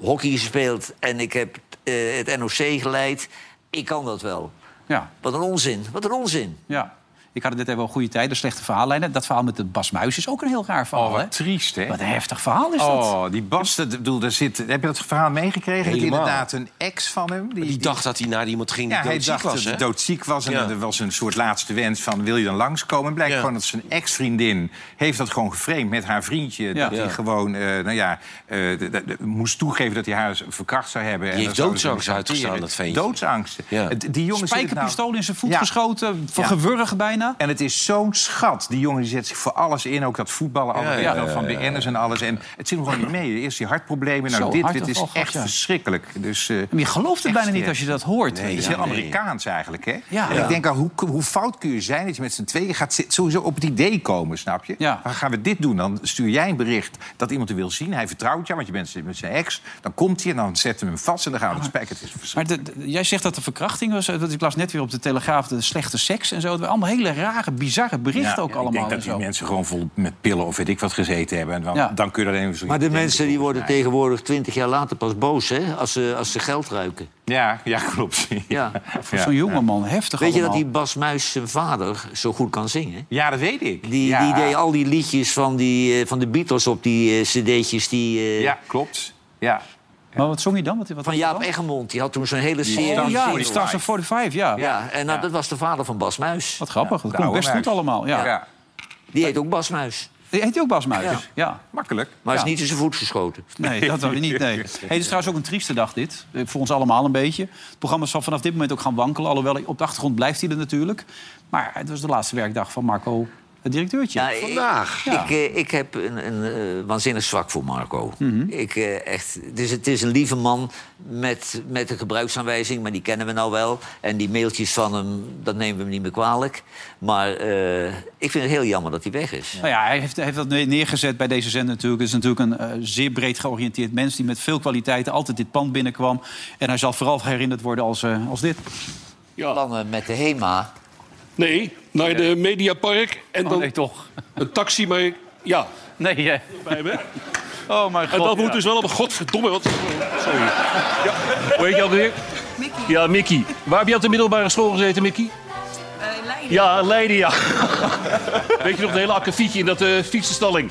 S3: hockey gespeeld en ik heb eh, het NOC geleid. Ik kan dat wel.
S1: Ja.
S3: Wat een onzin, wat een onzin.
S1: Ja. Ik had het net even over goede tijden, slechte verhaallijnen. Dat verhaal met de Bas Muis is ook een heel raar verhaal.
S4: Oh, wat
S1: hè?
S4: triest, hè?
S1: Wat een heftig verhaal is dat.
S4: Oh, die Bas, dat, ik bedoel, daar zit, heb je dat verhaal meegekregen? Dat
S9: Helemaal.
S4: inderdaad een ex van hem... Die,
S9: Die dacht dat hij naar iemand ging die
S4: ja, hij
S9: doodziek
S4: dacht
S9: was,
S4: dat
S9: hè?
S4: hij doodziek was. En
S9: Ja.
S4: er was een soort laatste wens van, wil je dan langskomen? En blijkt gewoon dat zijn ex-vriendin heeft dat gewoon geframed met haar vriendje. Dat
S9: Ja.
S4: hij gewoon, eh, nou ja, eh, d- d- d- moest toegeven dat hij haar verkracht zou hebben.
S9: Die
S4: dan
S9: heeft
S4: zouden ze
S9: doodsangst
S4: hem
S9: uitgestaan,
S4: amputeren.
S9: dat ventje.
S4: Doodsangst.
S9: Ja.
S4: Eh, d- Die jongen zit het nou-
S1: Spijkerpistool in zijn voet
S4: Ja.
S1: geschoten, van
S4: Ja.
S1: gewurg bijna.
S4: En het is zo'n schat. Die jongen die zet zich voor alles in. Ook dat voetballen, alle
S1: Ja, ja,
S4: regels
S1: ja,
S4: van
S1: ja, ja.
S4: BN'ers en alles. En het zit hem gewoon niet mee. Eerst die hartproblemen. Nou,
S1: Zo,
S4: dit, dit is
S1: hartaanval gehad,
S4: echt
S1: ja.
S4: verschrikkelijk. Dus, eh,
S1: Maar je gelooft het
S4: echt
S1: bijna niet
S4: sterk.
S1: als je dat hoort.
S4: Nee, het is
S1: Ja,
S4: heel
S1: nee.
S4: Amerikaans eigenlijk, hè?
S1: Ja.
S4: En Ik denk al, hoe, hoe fout kun je zijn dat je met z'n tweeën gaat zit- sowieso op het idee komen, snap je? Dan gaan we dit doen? Dan stuur jij een bericht dat iemand er wil zien. Hij vertrouwt jou, want je bent met zijn ex. Dan komt hij en dan zetten we hem vast en dan gaan we het spijker. Het is
S1: Ah. Maar de- de- jij zegt dat de verkrachting was. eh, Want ik las net weer op de Telegraaf de slechte seks en zo. Het waren Allemaal hele rare, bizarre berichten
S4: Ja,
S1: ook allemaal.
S4: Ik denk dat
S1: en
S4: die
S1: zo.
S4: mensen gewoon vol met pillen of weet ik wat gezeten hebben. En dan, dan kun je dat even zo.
S3: Maar de mensen die worden tegenwoordig 20 jaar later pas boos... Hè, als, ze, als ze geld ruiken.
S4: Ja, ja klopt.
S3: Ja.
S1: Voor zo'n jonge man, heftig
S3: Weet je dat
S1: allemaal.
S3: die Bas Muis zijn vader zo goed kan zingen?
S4: Ja, dat weet ik.
S3: Die,
S4: Ja.
S3: die deed al die liedjes van, die, eh, van de Beatles op die eh, cd'tjes. Die, eh,
S4: Ja, klopt. Ja.
S1: Maar wat zong je dan? Wat, wat
S3: Van Jaap Egmond, die had toen zo'n hele serie.
S1: Oh ja, die Stars of 45, ja.
S3: Ja, en nou, dat was de vader van Bas Muis.
S1: Wat grappig, dat
S3: de
S1: klonk
S3: oude
S1: best goed
S3: Muis.
S1: allemaal. Ja.
S3: Ja. Die heet ook Bas Muis.
S1: Die Heet hij ook Bas Muis?
S3: Ja.
S1: Ja.
S4: Makkelijk.
S3: Maar hij
S1: Ja.
S3: is niet in zijn voet geschoten.
S1: Nee, dat hadden we niet. Nee. Hey, het is trouwens ook een trieste dag dit. Eh, Voor ons allemaal een beetje. Het programma zal vanaf dit moment ook gaan wankelen. Alhoewel, op de achtergrond blijft hij er natuurlijk. Maar het was de laatste werkdag van Marco Het directeurtje.
S3: Ja, Nou, Ik, ik, eh, ik heb een, een eh, waanzinnig zwak voor Marco. ik, eh, echt, dus het is een lieve man met, met een gebruiksaanwijzing, maar die kennen we nou wel. En die mailtjes van hem, dat nemen we hem niet meer kwalijk. Maar eh, ik vind het heel jammer dat hij weg is.
S1: Nou ja, hij heeft, hij heeft dat ne- neergezet bij deze zender natuurlijk. Het is natuurlijk een eh, zeer breed georiënteerd mens... die met veel kwaliteiten altijd dit pand binnenkwam. En hij zal vooral herinnerd worden als, eh, als dit.
S3: Plannen met de HEMA.
S12: Nee, naar de Mediapark. En
S1: Oh,
S12: dan
S1: nee, toch.
S12: Een taxi,
S13: Oh,
S12: maar ik- ja.
S1: Nee, hè?
S12: Bij me.
S1: Oh, mijn
S12: En dat
S13: God,
S12: moet
S13: ja.
S12: dus wel op een godverdomme... Wat... Sorry. Ja.
S13: Hoe heet je ook weer? Mickey. Ja, Mickey. Waar heb je op de middelbare school gezeten, Mickey? Leiden. Ja, Leiden, ja. Weet je nog, de hele akkefietje in dat eh, fietsenstalling.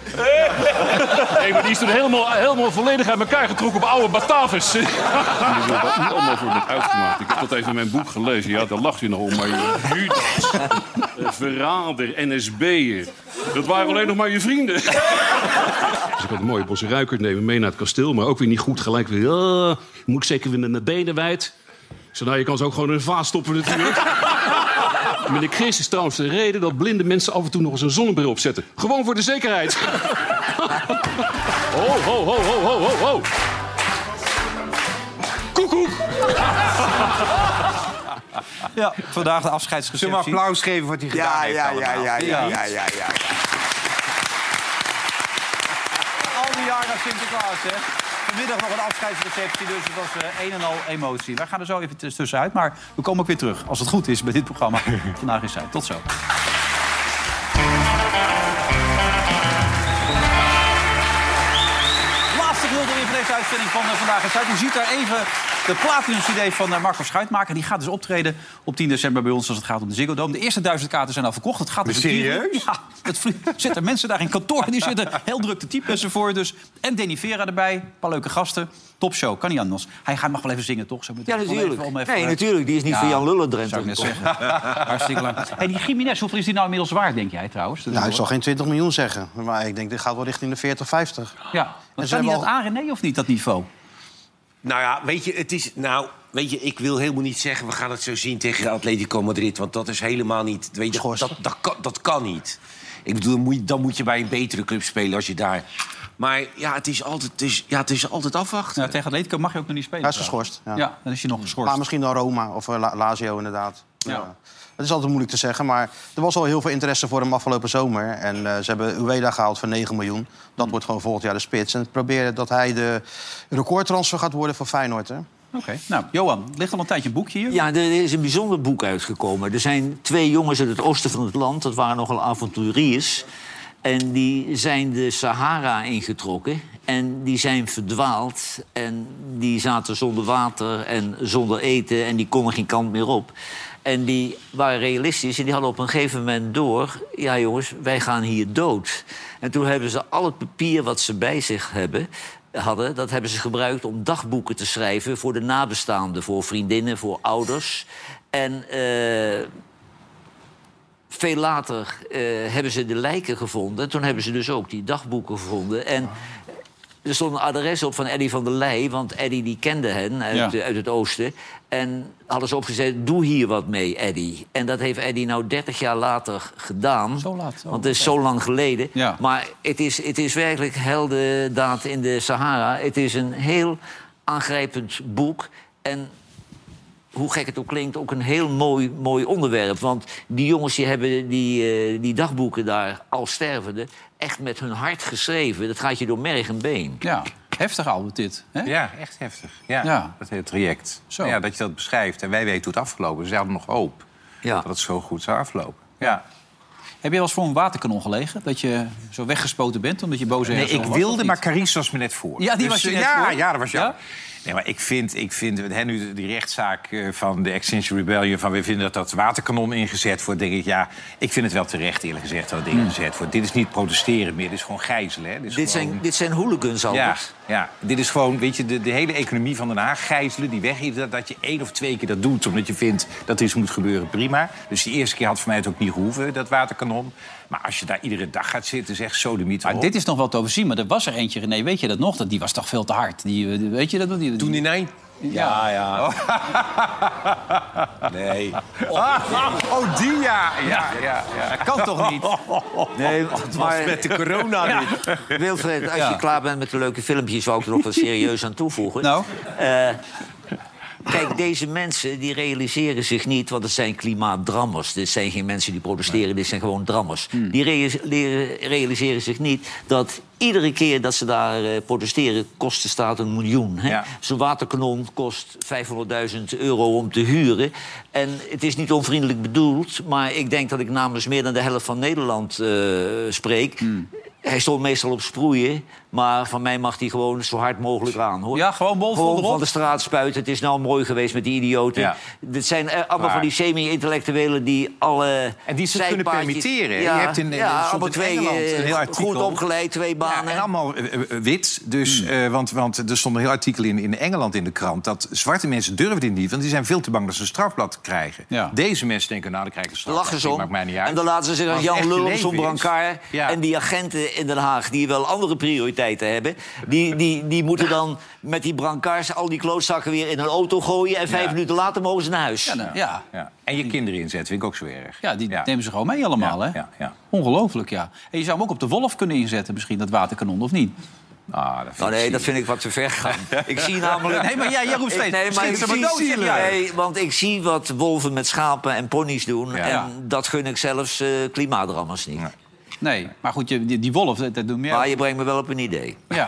S13: Nee, maar die is toen helemaal, helemaal volledig uit elkaar getrokken op oude Batavus.
S12: Ik heb dat niet allemaal voor met uitgemaakt. Ik heb dat even in mijn boek gelezen. Ja, daar lacht u nog om. Maar je Judas, eh, verrader, NSB'er. Dat waren alleen nog maar je vrienden. Dus ik had een mooie bosse ruikert nemen mee naar het kasteel. Maar ook weer niet goed gelijk. Weer, ja, moet ik zeker weer naar Bedenwijd. Ik zei, nou, je kan ze ook gewoon in een vaas stoppen natuurlijk. Meneer Chris is trouwens de reden dat blinde mensen af en toe nog eens een zonnebril opzetten. Gewoon voor de zekerheid. ho, ho, ho, ho, ho, ho, ho. Koekoek.
S1: Ja, vandaag de afscheidsreceptie.
S14: Zullen we applaus geven voor die gedaan
S1: Ja,
S14: heeft
S1: ja, ja,
S14: allemaal?
S1: ja, ja, ja, ja, Al die jaren Sinterklaas, hè? Vanmiddag nog een afscheidsreceptie, dus het was eh, een en al emotie. Wij gaan er zo even tuss- tussenuit, maar we komen ook weer terug... als het goed is bij dit programma. Vandaag is zij. Tot zo. Laatste gedeelte weer van deze uitzending van eh, Vandaag in Zuid. U ziet daar even de platinum-cd van eh, Marco Schuitmaker. Die gaat dus optreden op 10 december bij ons als het gaat om de Ziggo Dome. De eerste duizend kaarten zijn al verkocht. Het gaat dus een
S14: Serieus?
S1: tierenlier. Ja, het vlie- zitten mensen daar in kantoor. Die zitten heel druk te typen voor. Dus. En Denny Vera erbij. Een paar leuke gasten. Topshow. Kan niet anders. Hij gaat, mag wel even zingen, toch? Zo meteen.
S3: Ja, natuurlijk.
S1: Gewoon even om even-
S3: Nee, natuurlijk. Die is niet
S1: Ja,
S3: van Jan Lullendrent.
S1: Zou ik net zeggen.
S3: gekomen.
S1: Hartstikke lang. Hey, die Jiménez, hoeveel is die nou inmiddels waard, denk jij trouwens? Dat is
S2: Nou, ik
S1: wel-
S2: zal geen 20 miljoen zeggen. Maar ik denk, dit gaat wel richting de 40, 50.
S1: Ja,
S2: En
S1: want
S2: ze
S1: kan die dat
S2: hebben
S1: aan, René, of niet, dat niveau?
S9: Nou ja, weet je, het is. Nou, weet je, ik wil helemaal niet zeggen. We gaan het zo zien tegen Atletico Madrid. Want dat is helemaal niet. Weet je, dat, dat, kan, dat kan niet. Ik bedoel, dan moet, je- dan moet je bij een betere club spelen als je daar. Maar ja, het is altijd, het is, ja, het is altijd afwachten.
S1: Nou, tegen Atletico mag je ook nog niet spelen.
S2: Hij is geschorst. Ja.
S1: Ja, dan is hij nog geschorst.
S2: Maar misschien dan Roma of eh, La- Lazio inderdaad.
S1: Ja.
S2: Ja. Het is altijd moeilijk te zeggen, maar er was al heel veel interesse voor hem afgelopen zomer. En eh, ze hebben Ueda gehaald voor 9 miljoen. Dat
S9: Mm.
S2: wordt gewoon volgend jaar de spits. En proberen dat hij de recordtransfer gaat worden voor Feyenoord. Hè?
S1: Oké, nou, Johan, ligt al een tijdje een boekje hier.
S3: Ja, er is een bijzonder boek uitgekomen. Er zijn twee jongens uit het oosten van het land, dat waren nogal avonturiers. En die zijn de Sahara ingetrokken. En die zijn verdwaald. En die zaten zonder water en zonder eten. En die konden geen kant meer op. En die waren realistisch. En die hadden op een gegeven moment door. Ja, jongens, wij gaan hier dood. En toen hebben ze al het papier wat ze bij zich hebben hadden, dat hebben ze gebruikt om dagboeken te schrijven voor de nabestaanden, voor vriendinnen, voor ouders. En eh, veel later eh, hebben ze de lijken gevonden. Toen hebben ze dus ook die dagboeken gevonden. En er stond een adres op van Eddy van der Leij, want Eddy die kende hen uit,
S15: Ja.
S3: eh, uit het oosten. En hadden ze opgezet, doe hier wat mee, Eddy. En dat heeft Eddy nou 30 jaar later gedaan. Zo laat. want het is zo lang geleden. Maar het is, het is werkelijk heldendaad in de Sahara. Het is een heel aangrijpend boek. En hoe gek het ook klinkt, ook een heel mooi, mooi onderwerp. Want die jongens die hebben die, eh, die dagboeken daar al stervende... echt met hun hart geschreven. Dat gaat je door merg en been.
S1: Ja, heftig albert dit. Hè?
S4: Ja, echt heftig. Ja,
S1: Ja.
S4: dat hele traject.
S1: Zo.
S4: Ja, dat je dat beschrijft. En wij weten hoe het afgelopen is. Ze hadden nog hoop dat het zo goed zou aflopen. Ja.
S1: Heb je wel eens voor een waterkanon gelegen? Dat je zo weggespoten bent omdat je boos
S4: Nee,
S1: ergens
S4: ik
S1: om was, of
S4: wilde,
S1: niet?
S4: maar Carice was me net voor.
S1: Ja, die
S4: Dus,
S1: was je
S4: eh,
S1: net
S4: ja,
S1: voor.
S4: Ja, dat was jou. Nee, maar ik vind, ik vind hè, nu die rechtszaak eh, van de Extinction Rebellion... van we vinden dat dat waterkanon ingezet wordt, denk ik... ja, ik vind het wel terecht, eerlijk gezegd, dat het
S1: Hmm.
S4: ingezet wordt. Dit is niet protesteren meer, dit is gewoon gijzelen. Hè. Dit, is
S3: Dit
S4: gewoon-
S3: zijn, dit zijn hooligans, Albert.
S4: ja, ja, dit is gewoon, weet je, de, de hele economie van Den Haag gijzelen, die weg is. Dat, dat je één of twee keer dat doet, omdat je vindt dat er iets moet gebeuren, prima. Dus die eerste keer had voor mij het ook niet gehoeven, dat waterkanon. Maar als je daar iedere dag gaat zitten, zeg sodemiet
S1: Maar
S4: op.
S1: dit is nog wel te overzien, maar er was er eentje, René, weet je dat nog? Dat, die was toch veel te hard? Die, eh, weet je dat? nog? Die, Toen
S9: in één?
S1: Ja,
S9: ja.
S3: Nee.
S4: Oh, die ja. Ja, ja, ja.
S1: Dat kan toch niet?
S3: Nee, maar-
S4: met de corona
S3: Ja.
S4: dit.
S3: Wilfred, als
S4: Ja.
S3: je klaar bent met de leuke filmpjes... wou ik er nog wat serieus aan toevoegen.
S1: Nou?
S3: kijk, deze mensen die realiseren zich niet... want het zijn klimaatdrammers. Dit zijn geen mensen die protesteren, dit zijn gewoon drammers.
S1: Hmm.
S3: Die rea- leren- realiseren zich niet dat iedere keer dat ze daar eh, protesteren... kost de staat een miljoen. hè. Zo'n waterkanon kost 500.000 euro om te huren. En het is niet onvriendelijk bedoeld... maar ik denk dat ik namens meer dan de helft van Nederland eh, spreek...
S1: Hmm.
S3: Hij stond meestal op sproeien, maar van mij mag hij gewoon zo hard mogelijk aan. Hoor. Ja,
S1: gewoon bol
S3: Gewoon van de straat spuiten. Het is nou mooi geweest met die idioten.
S4: Ja.
S3: Dit zijn eh, allemaal
S4: Waar.
S3: van die semi-intellectuelen die alle
S4: En die ze het kunnen
S3: zijpaadjes-
S4: permitteren. hè?
S3: Ja,
S4: je hebt in,
S3: ja,
S4: er stond
S3: allemaal
S4: in
S3: twee,
S4: Engeland
S3: eh,
S4: een heel artikel.
S3: goed opgeleid, twee banen.
S4: Ja, en allemaal eh, eh, wit. Dus, eh, want, want er stond een heel artikel in, in Engeland in de krant... dat zwarte mensen durven dit niet, want die zijn veel te bang dat ze een strafblad krijgen. Deze mensen denken, nou, dan krijg ik een strafblad.
S3: Lachen ze
S4: dat
S3: om.
S4: maakt mij niet uit.
S3: En dan laten ze zich
S4: Maar
S3: aan
S4: als het
S3: Jan
S4: echt
S3: Lul op
S4: leven
S3: zo'n
S4: is-
S3: brancard. En die agenten in Den Haag, die wel andere prioriteiten hebben... die, die, die moeten dan met die brancards al die klootzakken weer in een auto gooien... en vijf
S4: Ja.
S3: minuten later mogen ze naar huis.
S1: Ja, nou, ja.
S4: Ja. En je kinderen inzetten vind ik ook zo erg.
S1: Ja, die nemen ze gewoon mee allemaal, hè? Ongelooflijk, ja. En je zou hem ook op de Wolf kunnen inzetten, misschien, dat waterkanon, of niet?
S4: Ah, dat
S3: Nou, nee, dat vind ik wat te ver gaan. ik zie namelijk...
S1: Nee, maar jij, jij roept
S3: Ik-
S1: steeds,
S3: Nee, maar
S1: schiet
S3: ik
S1: ze maar
S3: zie-
S1: dood, zeg jij.
S3: nee, want ik zie wat wolven met schapen en ponies doen. En dat gun ik zelfs eh klimaatrammers niet.
S1: Nee, maar goed, je, die, die wolf, dat, dat doet meer...
S3: Maar je brengt me wel op een idee.
S1: Ja.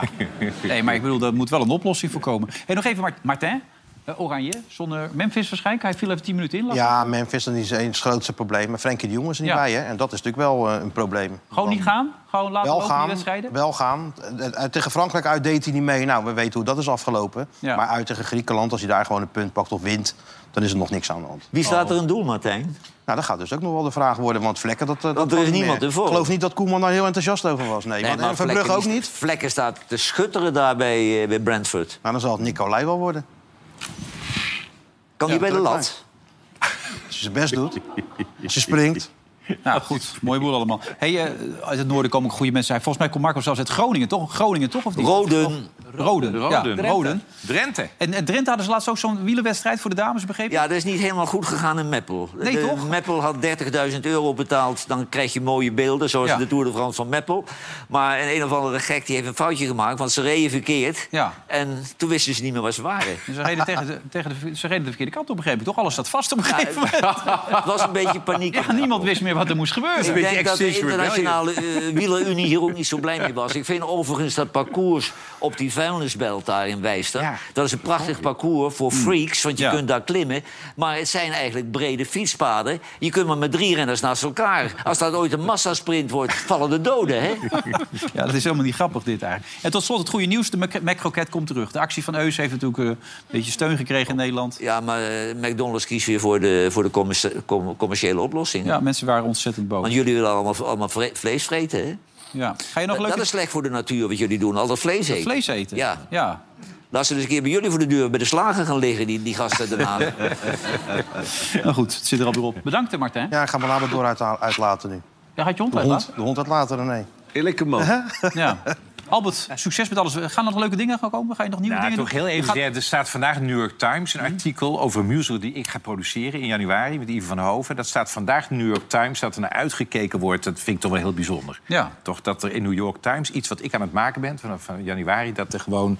S1: Nee, maar ik bedoel, daar moet wel een oplossing voor komen. Hey, nog even Mar- Martin. Eh, Oranje, zonder Memphis waarschijnlijk. Hij viel even 10 minuten in. las ik.
S2: Ja, Memphis dat is eens het grootste probleem. Maar Frenkie de Jong is er niet
S1: Ja.
S2: bij, hè? En dat is natuurlijk wel eh, een probleem.
S1: Gewoon niet gaan? Gewoon laten
S2: Wel
S1: lopen die
S2: gaan,
S1: wedstrijden?
S2: wel gaan. Eh, eh, Tegen Frankrijk uit deed hij niet mee. Nou, we weten hoe dat is afgelopen.
S1: Ja.
S2: Maar uit tegen Griekenland, als hij daar gewoon een punt pakt of wint... dan is er nog niks aan de hand.
S3: Wie staat er een doel, Martijn?
S2: Nou, dat gaat dus ook nog wel de vraag worden. Want Vlekken, dat, eh, dat
S3: Want er
S2: kan
S3: is
S2: niet
S3: niemand
S2: meer.
S3: ervoor.
S2: Ik geloof niet dat Koeman daar heel enthousiast over was. Nee,
S3: Nee,
S2: want-
S3: maar
S2: en Verbrugge ook
S3: Vlekken-
S2: niet.
S3: Vlekken staat te schutteren daar bij, eh, bij Brentford.
S2: Nou, dan zal het Nicolai wel worden.
S3: Kan die
S2: Ja,
S3: bij de
S2: druk
S3: lat?
S2: Als je zijn best doet. Als je springt.
S1: Nou goed, mooi boel allemaal. Hey, eh, uit het noorden komen ook goede mensen. Volgens mij komt Marco zelfs uit Groningen, toch? Groningen, toch? Of niet?
S3: Roden.
S1: Roden. ja,
S3: Roden.
S1: Roden.
S4: Drenthe.
S1: En, en Drenthe hadden ze laatst ook zo'n wielerwedstrijd voor de dames, begrepen?
S3: Ja, dat is niet helemaal goed gegaan in Meppel.
S1: Nee,
S3: De-
S1: toch?
S3: Meppel had 30.000 euro betaald. Dan krijg je mooie beelden, zoals
S1: Ja.
S3: de Tour de France van Meppel. Maar een, een of andere gek die heeft een foutje gemaakt, want ze reden verkeerd.
S1: Ja.
S3: En toen wisten ze niet meer waar ze waren.
S1: Dus Ze reden, tegen de, tegen de, ze reden de verkeerde kant op, begreep ik toch? Alles staat vast op een
S3: Ja,
S1: gegeven moment.
S3: Het was een beetje paniek.
S1: Ja, niemand wist meer wat er moest gebeuren.
S3: Ik denk dat de internationale eh, wielerunie hier ook niet zo blij mee was. Ik vind overigens dat parcours op die vuilnisbelt daar in Wijster... dat is een prachtig parcours voor freaks, want je
S1: Mm. Ja.
S3: kunt daar klimmen. Maar het zijn eigenlijk brede fietspaden. Je kunt maar met drie renners naast elkaar. Als dat ooit een massasprint wordt, vallen de doden, hè?
S1: Ja, dat is helemaal niet grappig dit eigenlijk. En tot slot het goede nieuws, de Mac- Mac-Croquet komt terug. De actie van Eus heeft natuurlijk eh, een beetje steun gekregen in Nederland.
S3: Ja, maar eh, McDonald's kiest weer voor de, voor de commerci- com- commerciële oplossing.
S1: Ja, mensen waren ontzettend
S3: Want
S1: boos.
S3: jullie willen allemaal, allemaal vre- vlees vreten, hè?
S1: Ja. Ga je nog
S3: Dat-
S1: leuk
S3: Dat is slecht voor de natuur wat jullie doen, al dat vlees eten.
S1: vlees eten?
S3: Ja.
S1: Ja.
S3: Laat ze dus een keer bij jullie voor de deur bij de slager gaan liggen, die, die gasten daarna.
S1: Nou goed, het zit er al weer op. Bedankt, hè, Martijn.
S2: Ja, ik ga mijn labrador uit, uitlaten nu.
S1: Ja, gaat je hond
S2: De
S1: uitlaten?
S2: hond, de hond uitlaten, René.
S9: Eerlijke man.
S1: Ja. Albert, succes met alles. Gaan er nog leuke dingen gaan komen? Ga je nog nieuwe
S4: Nou,
S1: dingen
S4: toch
S1: doen?
S4: heel
S1: Je
S4: even.
S1: gaat- Mhm.
S4: zeggen, Er staat vandaag in de New York Times een artikel over een musical die ik ga produceren in januari met Ivan van Hoven. Dat staat vandaag in de New York Times. Dat er naar uitgekeken wordt. Dat vind ik toch wel heel bijzonder.
S1: Ja.
S4: Toch dat er in New York Times iets wat ik aan het maken ben vanaf eh, januari dat er gewoon.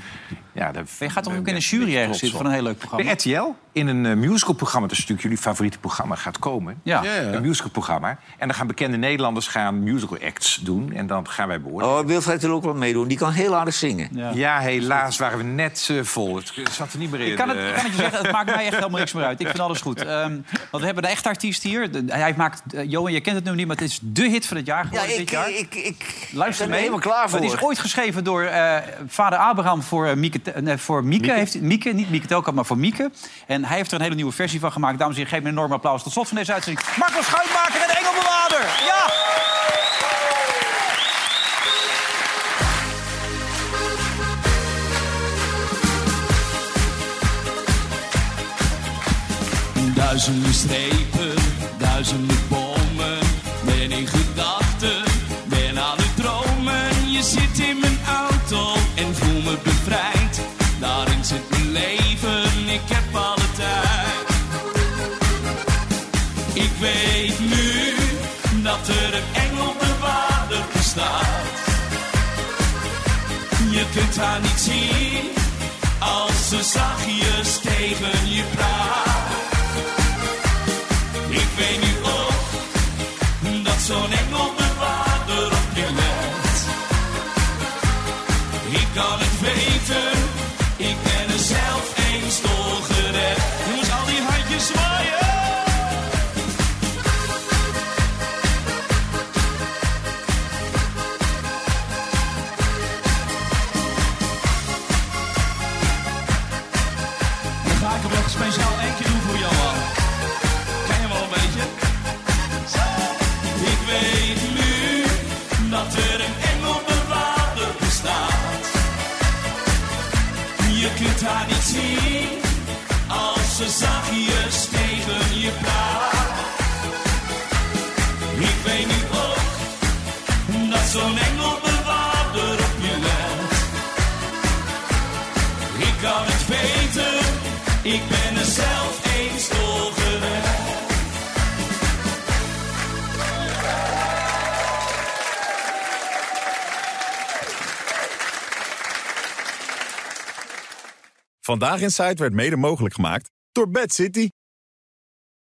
S4: Ja, dat,
S1: Je gaat toch ook
S4: ben
S1: in een
S4: ik
S1: jury
S4: beetje
S1: ergens
S4: trots
S1: zitten van een heel leuk programma?
S4: Bij RTL, in een eh, musicalprogramma, dat is natuurlijk jullie favoriete programma, gaat komen.
S1: Ja. Ja, ja.
S4: Een musicalprogramma. En dan gaan bekende Nederlanders gaan musical acts doen. En dan gaan wij beoordelen.
S3: Oh, Wilfred wil ook wel meedoen. Die kan heel aardig zingen.
S4: Ja, helaas waren we net eh, vol. Het zat er niet meer in.
S1: Ik kan, het,
S4: eh.
S1: ik kan het je zeggen, het maakt mij echt helemaal niks meer uit. Ik vind alles goed. Ehm, want we hebben een echt artiest hier. De- hij maakt, eh, Johan, je kent het nu niet, maar het is dé hit van het jaar
S3: Ja,
S1: geworden dit
S3: ik,
S1: jaar.
S3: ik, ik,
S1: Luister
S3: ben
S1: mee.
S3: er helemaal klaar voor.
S1: Maar die is ooit geschreven door eh, vader Abraham voor eh, Mieke. Te- nee, voor Mieke, Heeft, Mieke, niet Mieke Telkamp, maar voor Mieke. En hij heeft er een hele nieuwe versie van gemaakt. Dames en heren, geef me een enorm applaus. Tot slot van deze uitzending. Marco Schuitmaker en Engelbewaarder. Ja!
S14: Duizenden strepen, duizenden bomen. Ben in gedachten, ben aan het dromen. Je zit in mijn auto en voel me bevrijd. Daarin zit mijn leven, ik heb alle tijd.
S9: er een engel bewaarder staat. Je kunt haar niet zien als ze zachtjes tegen je praat. Ik weet nu ook dat zo'n engel bewaarder op je let. Ik kan het weten, ik ben er zelf eens door gered. Jongens, al die handjes zwaaien. Ga ik hem nog speciaal één keer doen voor jou, man. Ken je hem al een beetje? Ik weet nu dat er een engel bewaarder bestaat. Je kunt haar niet zien als ze zachtjes tegen je praat. Ik weet nu ook dat zo'n engel bewaarder op je let. Ik kan het weten, ik ben er zelf eens door gered.
S16: Vandaag in Zuid werd mede mogelijk gemaakt door Bad City.